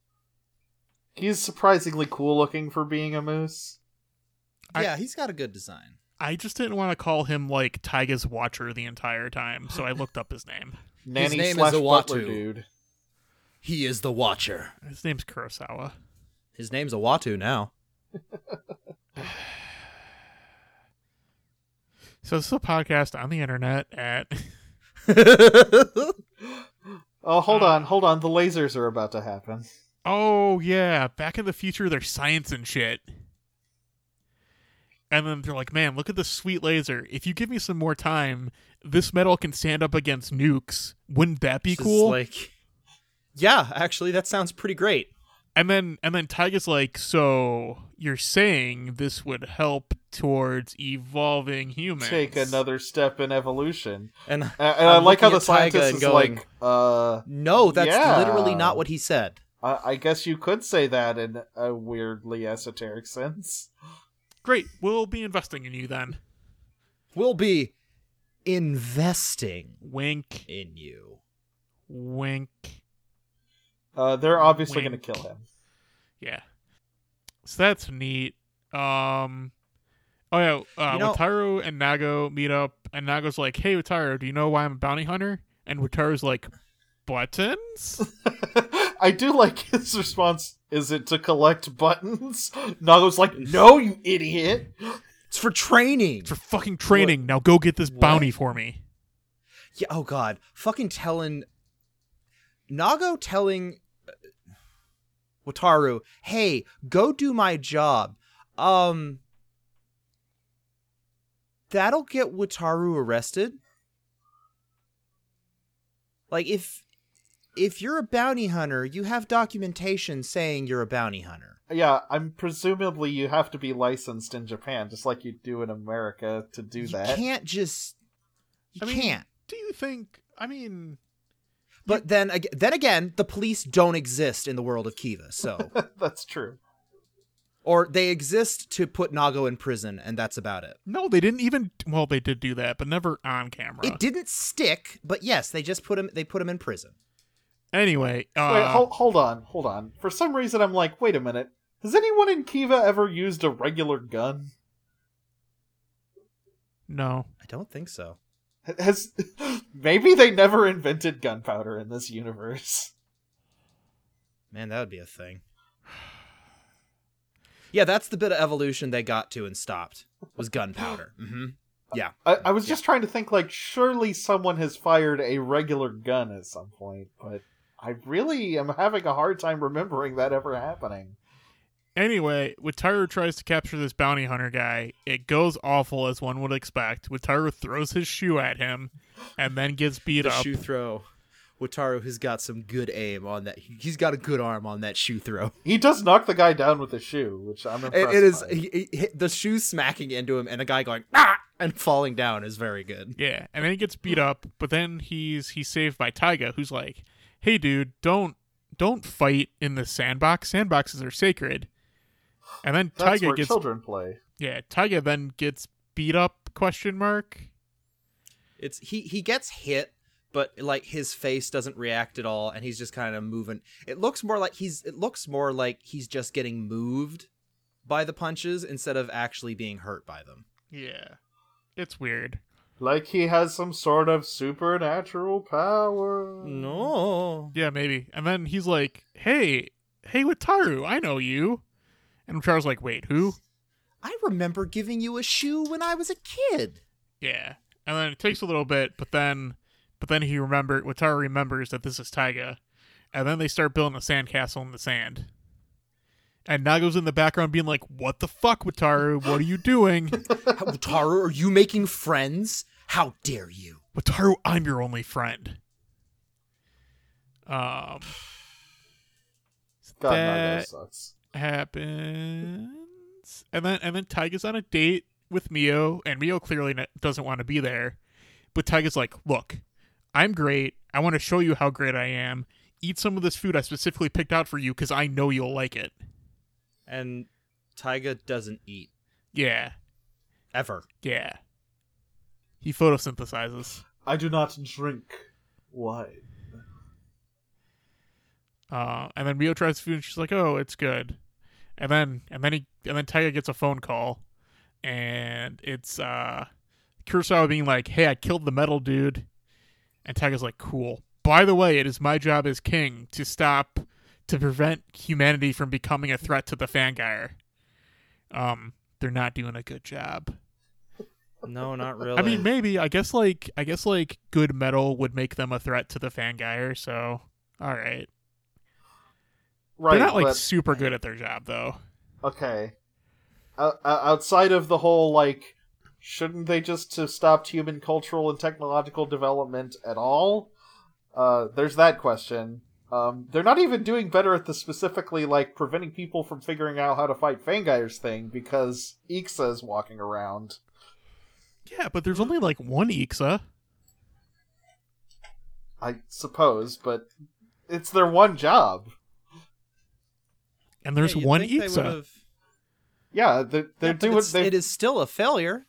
Speaker 1: He's surprisingly cool looking for being a moose.
Speaker 3: I-
Speaker 2: yeah, he's got a good design.
Speaker 3: I just didn't want to call him like Tyga's Watcher the entire time, so I looked up his name.
Speaker 1: Nanny
Speaker 2: name is
Speaker 1: slash butler
Speaker 2: Awatu.
Speaker 1: dude.
Speaker 2: He is the Watcher.
Speaker 3: His name's Kurosawa.
Speaker 2: His name's Awatu [laughs] now.
Speaker 3: So this is a podcast on the internet at [laughs]
Speaker 1: Oh, hold on, hold on. The lasers are about to happen.
Speaker 3: Oh yeah, back in the future they're science and shit. And then they're like, "Man, look at this sweet laser. If you give me some more time, this metal can stand up against nukes. Wouldn't that be
Speaker 2: Just
Speaker 3: cool?"
Speaker 2: Like, yeah, actually, that sounds pretty great.
Speaker 3: And then and then Tyga's like, "So, you're saying this would help towards evolving humans?"
Speaker 1: Take another step in evolution.
Speaker 2: And,
Speaker 1: A- And, I
Speaker 2: I'm
Speaker 1: like how
Speaker 2: looking
Speaker 1: the
Speaker 2: at Tyga
Speaker 1: scientist
Speaker 2: and
Speaker 1: is
Speaker 2: going,
Speaker 1: like, uh,
Speaker 2: "No, that's
Speaker 1: Yeah.
Speaker 2: literally not what he said."
Speaker 1: I-, I guess you could say that in a weirdly esoteric sense.
Speaker 3: Great. We'll be investing in you then.
Speaker 2: We'll be investing
Speaker 3: Wink,
Speaker 2: in you.
Speaker 3: wink.
Speaker 1: Uh, they're obviously
Speaker 3: Wink.
Speaker 1: going to kill him. [laughs]
Speaker 3: Yeah. So that's neat. Um Oh yeah, uh,
Speaker 2: You know-
Speaker 3: Wataru and Nago meet up and Nago's like, "Hey Wataru, do you know why I'm a bounty hunter?" And Wataru's like, "Buttons?"
Speaker 1: I do like his response. Is it to collect buttons? [laughs] Nago's like, no, you idiot.
Speaker 2: It's for training.
Speaker 3: For fucking training. Now go get this
Speaker 2: What?
Speaker 3: bounty for me.
Speaker 2: Yeah. Oh God. Fucking telling Nago telling uh, Wataru, "Hey, go do my job." Um. that'll get Wataru arrested. Like if if you're a bounty hunter, you have documentation saying you're a bounty hunter.
Speaker 1: Yeah, I'm presumably you have to be licensed in Japan, just like you do in America, to do
Speaker 2: you
Speaker 1: that.
Speaker 2: can't just you
Speaker 3: I mean,
Speaker 2: can't.
Speaker 3: Do you think? I mean,
Speaker 2: But then again, then again, the police don't exist in the world of Kiva, so
Speaker 1: [laughs] That's true.
Speaker 2: or they exist to put Nago in prison, and that's about it.
Speaker 3: no, they didn't even. Well, they did do that, but never on camera.
Speaker 2: It didn't stick, but yes, they just put him. They put him in prison.
Speaker 3: Anyway, uh,
Speaker 1: wait, hold, hold on, hold on. For some reason, I'm like, wait a minute. Has anyone in Kiva ever used a regular gun?
Speaker 3: no.
Speaker 2: I don't think so.
Speaker 1: Has [laughs] maybe they never invented gunpowder in this universe?
Speaker 2: Man, that would be a thing. [sighs] Yeah, that's the bit of evolution they got to and stopped was gunpowder. hmm Yeah,
Speaker 1: I, I was just trying to think, like, surely someone has fired a regular gun at some point, but I really am having a hard time remembering that ever happening.
Speaker 3: Anyway, Wataru tries to capture this bounty hunter guy. It goes awful as one would expect. Wataru throws his shoe at him, and then gets beat
Speaker 2: the
Speaker 3: up.
Speaker 2: shoe throw. Wataru has got some good aim on that. He's got a good arm on that shoe throw.
Speaker 1: He does knock the guy down with a shoe, which I'm
Speaker 2: It-
Speaker 1: impressed.
Speaker 2: it is
Speaker 1: by.
Speaker 2: he, he- he- the shoe smacking into him and a guy going ah and falling down is very good.
Speaker 3: Yeah, and then he gets beat up, but then he's he's saved by Taiga, who's like, "Hey, dude, don't don't fight in the sandbox. Sandboxes are sacred." And then
Speaker 1: That's
Speaker 3: Taiga
Speaker 1: where
Speaker 3: gets
Speaker 1: children play.
Speaker 3: yeah, Taiga then gets beat up? Question mark.
Speaker 2: It's he he gets hit but like his face doesn't react at all and he's just kind of moving. It looks more like he's it looks more like he's just getting moved by the punches instead of actually being hurt by them.
Speaker 3: Yeah, it's weird.
Speaker 1: Like he has some sort of supernatural power.
Speaker 2: No.
Speaker 3: Yeah, maybe. And then he's like, "Hey, hey, Wataru, I know you." And Wataru's like, "Wait, who?"
Speaker 2: I remember giving you a shoe when I was a kid.
Speaker 3: Yeah. And then it takes a little bit, but then but then he remember Wataru remembers that this is Taiga. And then they start building a sandcastle in the sand. And Nago's in the background being like, What the fuck, Wataru? What are you doing?
Speaker 2: How- Wataru, are you making friends? How dare you?
Speaker 3: Wataru, I'm your only friend. Um
Speaker 1: God,
Speaker 3: That-
Speaker 1: Nago sucks.
Speaker 3: happens. And then and then Taiga's on a date with Mio, and Mio clearly n- doesn't want to be there. But Taiga's like, "Look, I'm great. I want to show you how great I am. Eat some of this food I specifically picked out for you because I know you'll like it."
Speaker 2: And Taiga doesn't eat
Speaker 3: Yeah,
Speaker 2: ever.
Speaker 3: yeah. He photosynthesizes.
Speaker 1: I do not drink wine.
Speaker 3: Uh, and then Mio tries food, and she's like, "Oh, it's good." And then and then he and then Taiga gets a phone call, and it's uh, Kurosawa being like, "Hey, I killed the metal dude," and Taiga's like, "Cool." By the way, it is my job as king to stop to prevent humanity from becoming a threat to the Fangire. Um, they're not doing a good job.
Speaker 2: No, not really.
Speaker 3: I mean, maybe I guess like I guess like good metal would make them a threat to the Fangire. So, all right.
Speaker 1: Right,
Speaker 3: They're not like
Speaker 1: but-
Speaker 3: super good at their job though.
Speaker 1: okay. O- o- outside of the whole like, shouldn't they just have stopped human cultural and technological development at all? Uh, there's that question. Um, they're not even doing better at the specifically like preventing people from figuring out how to fight Fangir's thing because Ixa's walking around.
Speaker 3: Yeah, but there's only like one Ixa.
Speaker 1: I suppose, but it's their one job.
Speaker 3: And there's
Speaker 2: Yeah, you'd
Speaker 3: one
Speaker 2: think they
Speaker 3: Ixa.
Speaker 2: would've-
Speaker 1: Yeah, they're, they're
Speaker 2: Yeah, but
Speaker 1: doing
Speaker 2: it's-
Speaker 1: they
Speaker 2: It is still a failure.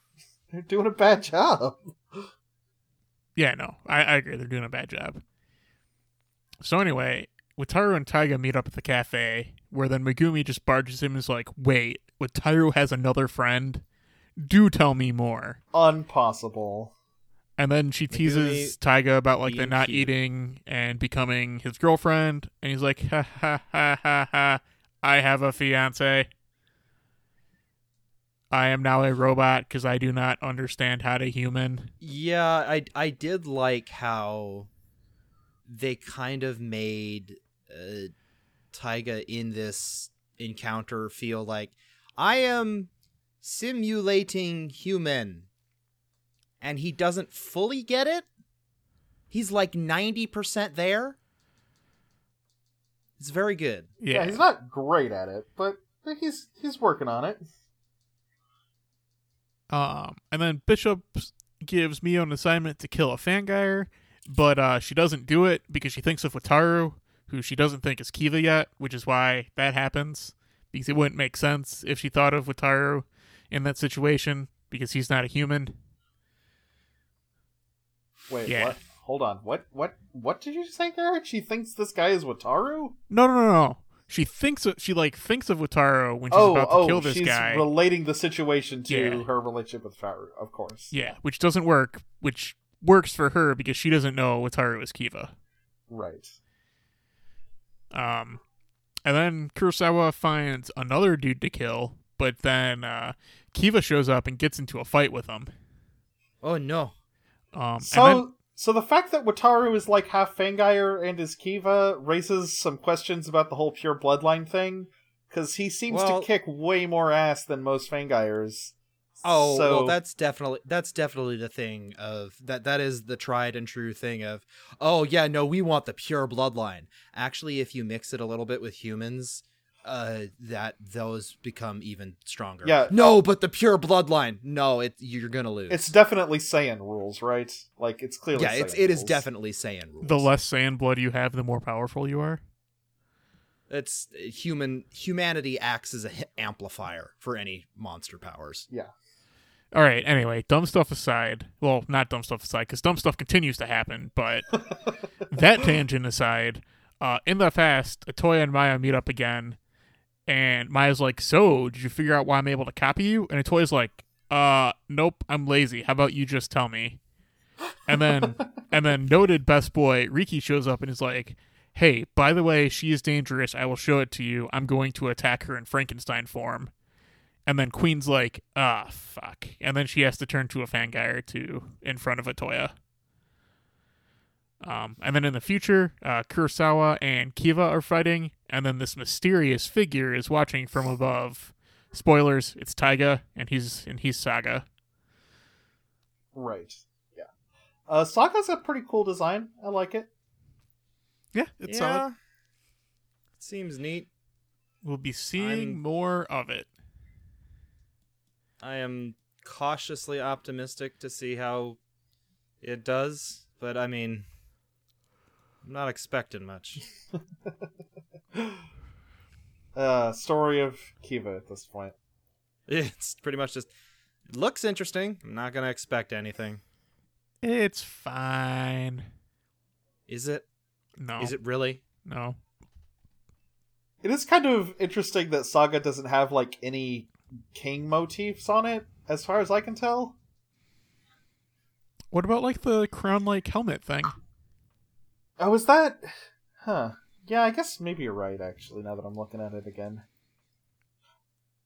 Speaker 1: they're doing a bad job. [laughs]
Speaker 3: Yeah, no. I, I agree, they're doing a bad job. So anyway, Wataru and Taiga meet up at the cafe, where then Megumi just barges him and is like, Wait, Wataru has another friend? Do tell me more.
Speaker 1: Unpossible.
Speaker 3: And then she teases Taiga about like the
Speaker 2: being
Speaker 3: not
Speaker 2: cute.
Speaker 3: eating and becoming his girlfriend, and he's like, ha ha ha ha ha, I have a fiance. I am now a robot because I do not understand how to human.
Speaker 2: Yeah, I I did like how they kind of made uh, Taiga in this encounter feel like I am simulating human and he doesn't fully get it. He's like 90% there. It's very good.
Speaker 1: Yeah.
Speaker 3: Yeah.
Speaker 1: he's not great at it, but he's he's working on it.
Speaker 3: Um, and then Bishop gives Mio an assignment to kill a Fangire, but uh, she doesn't do it because she thinks of Wataru, who she doesn't think is Kiva yet, which is why that happens. Because it wouldn't make sense if she thought of Wataru in that situation because he's not a human.
Speaker 1: Wait,
Speaker 3: Yeah.
Speaker 1: what? Hold on. What what what did you say, Garrett? She thinks this guy is Wataru?
Speaker 3: No, no, no, no. She thinks of, she like thinks of Wataru when she's
Speaker 1: oh,
Speaker 3: about to
Speaker 1: oh,
Speaker 3: kill this
Speaker 1: she's
Speaker 3: guy.
Speaker 1: relating the situation to
Speaker 3: Yeah.
Speaker 1: her relationship with Faru, of course.
Speaker 3: yeah, which doesn't work, which works for her because she doesn't know Wataru is Kiva.
Speaker 1: Right.
Speaker 3: Um, and then Kurosawa finds another dude to kill, but then uh, Kiva shows up and gets into a fight with him.
Speaker 2: Oh no.
Speaker 3: Um,
Speaker 1: So
Speaker 3: and then,
Speaker 1: so the fact that Wataru is like half Fangire and is Kiva raises some questions about the whole pure bloodline thing, because he seems
Speaker 2: Well-
Speaker 1: to kick way more ass than most Fangires.
Speaker 2: Oh,
Speaker 1: so
Speaker 2: well that's definitely that's definitely the thing of that that is the tried and true thing of oh yeah, no, we want the pure bloodline. Actually, if you mix it a little bit with humans, uh that those become even stronger.
Speaker 1: Yeah.
Speaker 2: No, but the pure bloodline. No, it you're going to lose.
Speaker 1: it's definitely Saiyan rules, right? Like it's clearly
Speaker 2: yeah, it's
Speaker 1: Saiyan
Speaker 2: it is
Speaker 1: rules.
Speaker 2: definitely Saiyan rules.
Speaker 3: the less sand blood you have, the more powerful you are.
Speaker 2: it's uh, human humanity acts as a hi- amplifier for any monster powers.
Speaker 1: yeah.
Speaker 3: All right. Anyway, dumb stuff aside. Well, not dumb stuff aside, because dumb stuff continues to happen. But that tangent aside, uh, in the past, Atoya and Maya meet up again, and Maya's like, "So, did you figure out why I'm able to copy you?" And Atoya's like, "Uh, nope. I'm lazy. How about you just tell me?" And then, and then noted best boy Riki shows up and is like. Hey, by the way, she is dangerous. I will show it to you. I'm going to attack her in Frankenstein form. And then Queen's like, ah, fuck. And then she has to turn to a Fangire to in front of Atoya. Um, and then in the future, uh, Kurosawa and Kiva are fighting, and then this mysterious figure is watching from above. Spoilers: It's Taiga, and he's and he's Saga.
Speaker 1: Right. Yeah. Uh, Saga's a pretty cool design. I like it.
Speaker 3: Yeah,
Speaker 2: Seems neat.
Speaker 3: We'll be seeing
Speaker 2: I'm-
Speaker 3: more of it.
Speaker 2: I am cautiously optimistic to see how it does, but I mean, I'm not expecting much.
Speaker 1: Uh, story of Kiva at this point.
Speaker 2: It's pretty much just it looks interesting. I'm not gonna expect anything.
Speaker 3: It's fine.
Speaker 2: Is it?
Speaker 3: No,
Speaker 2: Is it really?
Speaker 3: no.
Speaker 1: It is kind of interesting that Saga doesn't have like any king motifs on it, as far as I can tell.
Speaker 3: What about like the crown-like helmet thing?
Speaker 1: Oh, is that? Huh. Yeah, I guess maybe you're right. Actually, now that I'm looking at it again,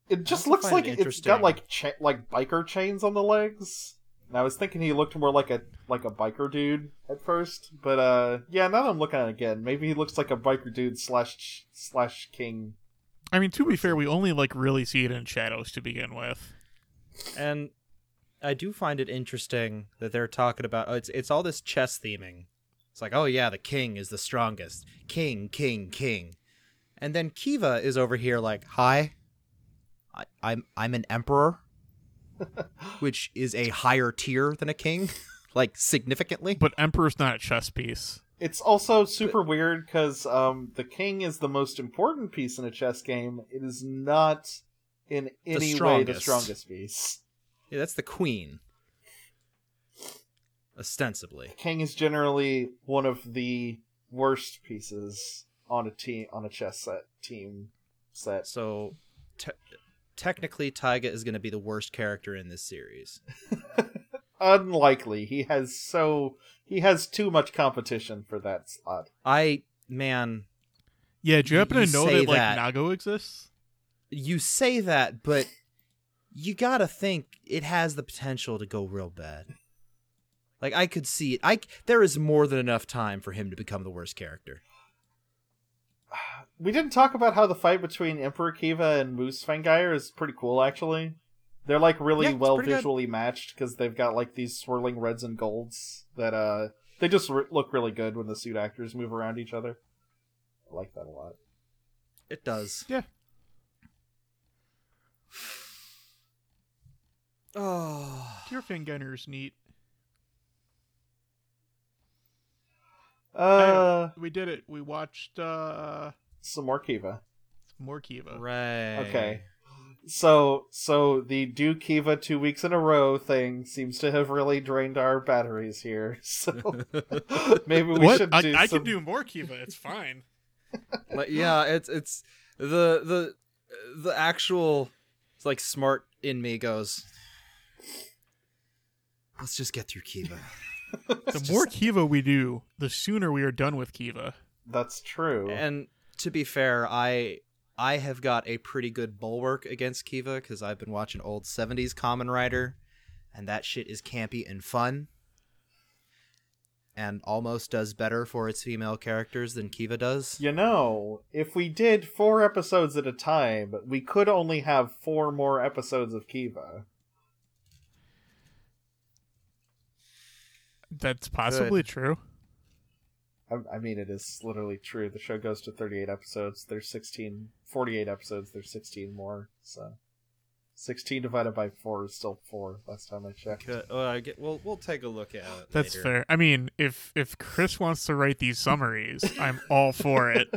Speaker 1: it just
Speaker 2: also
Speaker 1: looks
Speaker 2: find
Speaker 1: like
Speaker 2: it
Speaker 1: it has got
Speaker 2: interesting.
Speaker 1: like cha- like biker chains on the legs. And I was thinking he looked more like a like a biker dude at first, but uh, yeah, now that I'm looking at it again, maybe he looks like a biker dude slash slash king.
Speaker 3: I mean, to be fair, we only like really see it in shadows to begin with.
Speaker 2: And I do find it interesting that they're talking about oh, it's it's all this chess theming. It's like, oh yeah, the king is the strongest. King, king, king. And then Kiva is over here like, "Hi. I, I'm I'm an emperor." which is a higher tier than a king, [laughs] like significantly.
Speaker 3: But Emperor's not a chess piece.
Speaker 1: It's also super weird 'cause weird because um, the king is the most important piece in a chess game. It is not in any way the
Speaker 2: strongest.
Speaker 1: strongest piece.
Speaker 2: Yeah, that's the queen. Ostensibly.
Speaker 1: king is generally one of the worst pieces on a team on a chess set team set.
Speaker 2: So te- technically Taiga is going to be the worst character in this series.
Speaker 1: Unlikely. He has so he has too much competition for that slot.
Speaker 2: I man,
Speaker 3: Yeah, do you
Speaker 2: You-
Speaker 3: happen to
Speaker 2: you
Speaker 3: know
Speaker 2: say
Speaker 3: that, like
Speaker 2: that.
Speaker 3: Nago exists?
Speaker 2: you say that, but you gotta think it has the potential to go real bad. Like I could see it. I c- there is more than enough time for him to become the worst character.
Speaker 1: We didn't talk about how the fight between Emperor Kiva and Moose Fangire is pretty cool actually. They're like really
Speaker 2: Yeah, it's
Speaker 1: well
Speaker 2: pretty good.
Speaker 1: visually matched because they've got like these swirling reds and golds that uh they just re- look really good when the suit actors move around each other. I like that a lot.
Speaker 2: It [sighs] does.
Speaker 3: Yeah.
Speaker 2: Oh.
Speaker 3: Your fin gunner's neat.
Speaker 1: Uh,
Speaker 3: We did it. We watched uh
Speaker 1: some more Kiva.
Speaker 3: more Kiva.
Speaker 2: Right.
Speaker 1: Okay. So so the do Kiva two weeks in a row thing seems to have really drained our batteries here. [laughs]
Speaker 3: [laughs]
Speaker 1: So maybe we
Speaker 3: What?
Speaker 1: should
Speaker 3: I,
Speaker 1: do
Speaker 3: I
Speaker 1: some...
Speaker 3: can do more Kiva. It's fine.
Speaker 2: Like, yeah, it's it's the the the actual it's like smart in me goes. Let's just get through Kiva.
Speaker 3: [laughs] the more Kiva we do, the sooner we are done with Kiva.
Speaker 1: That's true.
Speaker 2: and to be fair, I I have got a pretty good bulwark against Kiva because I've been watching old '70s Common Rider, and that shit is campy and fun, and almost does better for its female characters than Kiva does.
Speaker 1: You know, if we did four episodes at a time, we could only have four more episodes of Kiva.
Speaker 3: That's possibly true.
Speaker 1: I, I mean, it is literally true. The show goes to 38 episodes. There's 16, 48 episodes. There's 16 more. So 16 divided by 4 is still 4 last time I checked.
Speaker 2: Good. Well, I get, we'll we'll take a look at it.
Speaker 3: That's
Speaker 2: later.
Speaker 3: fair. I mean, if if Chris wants to write these summaries, I'm all
Speaker 2: [laughs]
Speaker 3: for it.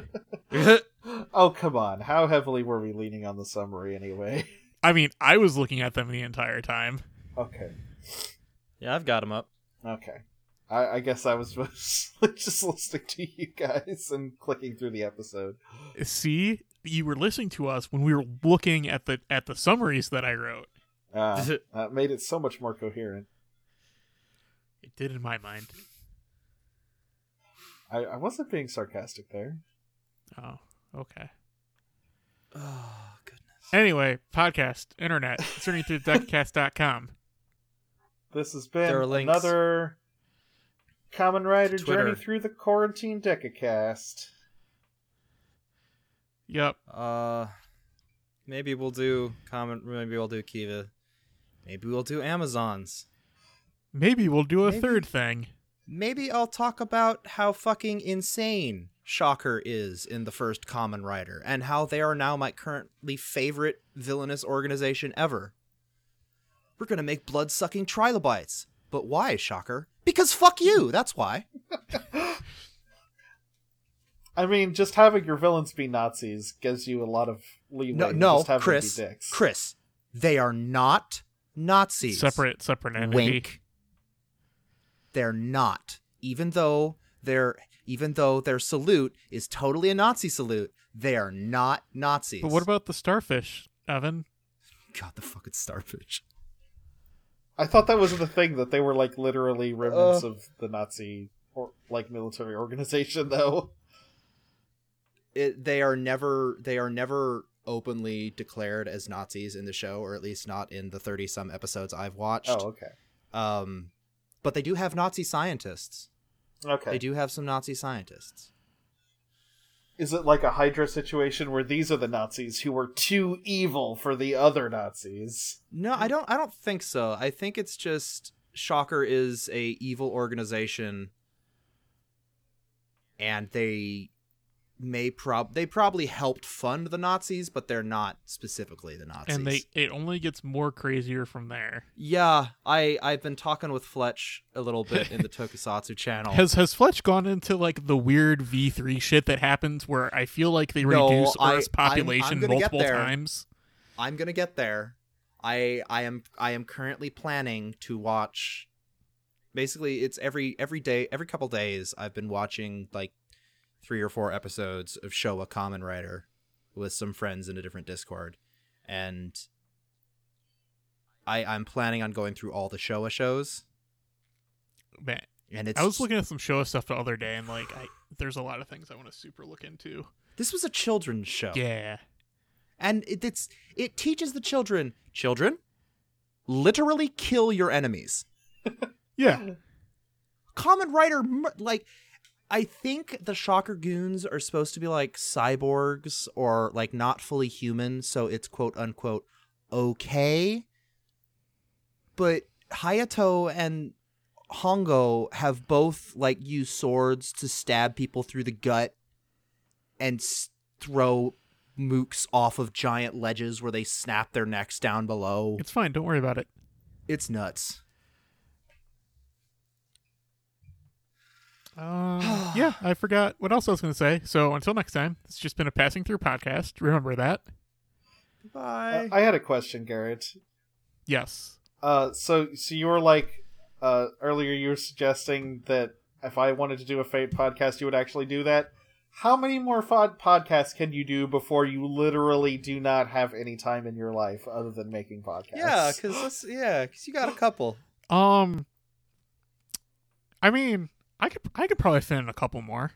Speaker 1: [gasps] Oh, come on. How heavily were we leaning on the summary anyway? [laughs]
Speaker 3: I mean, I was looking at them the entire time.
Speaker 1: okay.
Speaker 2: yeah, I've got him up.
Speaker 1: Okay. I, I guess I was [laughs] mostly just listening to you guys and clicking through the episode.
Speaker 3: See, you were listening to us when we were looking at the at the summaries that I wrote.
Speaker 2: [laughs]
Speaker 1: Ah, that made it so much more coherent.
Speaker 3: It did in my mind.
Speaker 1: I, I wasn't being sarcastic there.
Speaker 3: Oh, okay.
Speaker 2: Oh goodness.
Speaker 3: Anyway, podcast, internet, turning through deckcast.com.
Speaker 1: This has been
Speaker 2: There are links.
Speaker 1: another Common Rider
Speaker 2: To Twitter.
Speaker 1: journey through the quarantine decacast.
Speaker 3: Yep.
Speaker 2: Uh, maybe we'll do common. Maybe we'll do Kiva. Maybe we'll do Amazons.
Speaker 3: Maybe we'll do a
Speaker 2: Maybe.
Speaker 3: third thing.
Speaker 2: Maybe I'll talk about how fucking insane Shocker is in the first Common Rider, and how they are now my currently favorite villainous organization ever. We're gonna make blood sucking trilobites. But why, Shocker? Because fuck you. That's why.
Speaker 1: I mean, just having your villains be Nazis gives you a lot of leeway.
Speaker 2: No,
Speaker 1: to
Speaker 2: no,
Speaker 1: just have them be
Speaker 2: Chris.
Speaker 1: dicks.
Speaker 2: Chris, they are not Nazis.
Speaker 3: Separate, separate entity.
Speaker 2: Wink. They're not. Even though their even though their salute is totally a Nazi salute, they are not Nazis.
Speaker 3: But what about the starfish, Evan?
Speaker 2: God the fucking starfish?
Speaker 1: I thought that was the thing that they were like literally remnants of the Nazi or like military organization [laughs] though.
Speaker 2: It, they are never they are never openly declared as Nazis in the show, or at least not in the thirty some episodes I've watched.
Speaker 1: Oh, okay.
Speaker 2: Um, but they do have Nazi scientists. They
Speaker 1: Okay.
Speaker 2: do have some Nazi scientists.
Speaker 1: Is it like a Hydra situation where these are the Nazis who were too evil for the other Nazis?
Speaker 2: No, I don't. I don't think so. I think it's just Shocker is a evil organization, and they may prob they probably helped fund the Nazis, but they're not specifically the Nazis.
Speaker 3: And they it only gets more crazier from there.
Speaker 2: yeah, I I've been talking with Fletch a little bit
Speaker 3: [laughs]
Speaker 2: in the Tokusatsu channel.
Speaker 3: Has has Fletch gone into like the weird V three shit that happens where I feel like they
Speaker 2: No,
Speaker 3: reduce
Speaker 2: I-
Speaker 3: Earth's
Speaker 2: I'm- I'm
Speaker 3: population
Speaker 2: gonna get
Speaker 3: multiple
Speaker 2: there.
Speaker 3: times?
Speaker 2: I'm gonna get there. I I am I am currently planning to watch. Basically, it's every every day, every couple days. I've been watching like three or four episodes of Showa Common Rider with some friends in a different Discord, and I I'm planning on going through all the Showa shows.
Speaker 3: Man,
Speaker 2: And it's
Speaker 3: I was looking at some show stuff the other day, and like, I, there's a lot of things I want to super look into.
Speaker 2: This was a children's show.
Speaker 3: Yeah,
Speaker 2: and it, it's it teaches the children children literally kill your enemies.
Speaker 3: yeah.
Speaker 2: Common Rider, mur- like, I think the Shocker goons are supposed to be like cyborgs or like not fully human, so it's quote unquote okay but Hayato and Hongo have both like used swords to stab people through the gut and s- throw mooks off of giant ledges where they snap their necks down below.
Speaker 3: It's fine. Don't worry about it.
Speaker 2: It's nuts.
Speaker 3: Um, yeah, I forgot what else I was going to say. So until next time, it's just been a passing through podcast. Remember that.
Speaker 1: Uh, I had a question, Garrett.
Speaker 3: Yes.
Speaker 1: Uh, so so you were like uh, earlier you were suggesting that if I wanted to do a fate podcast, you would actually do that. How many more fod- podcasts can you do before you literally do not have any time in your life other than making podcasts?
Speaker 2: Yeah, because yeah, because you got a couple.
Speaker 3: Um. I mean, I could I could probably fit in a couple more.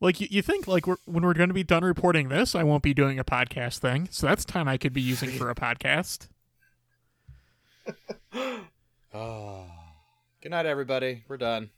Speaker 3: Like you, you think like we're, when we're going to be done reporting this, I won't be doing a podcast thing. So that's time I could be using for a podcast.
Speaker 2: Good night, Ah. everybody. We're done.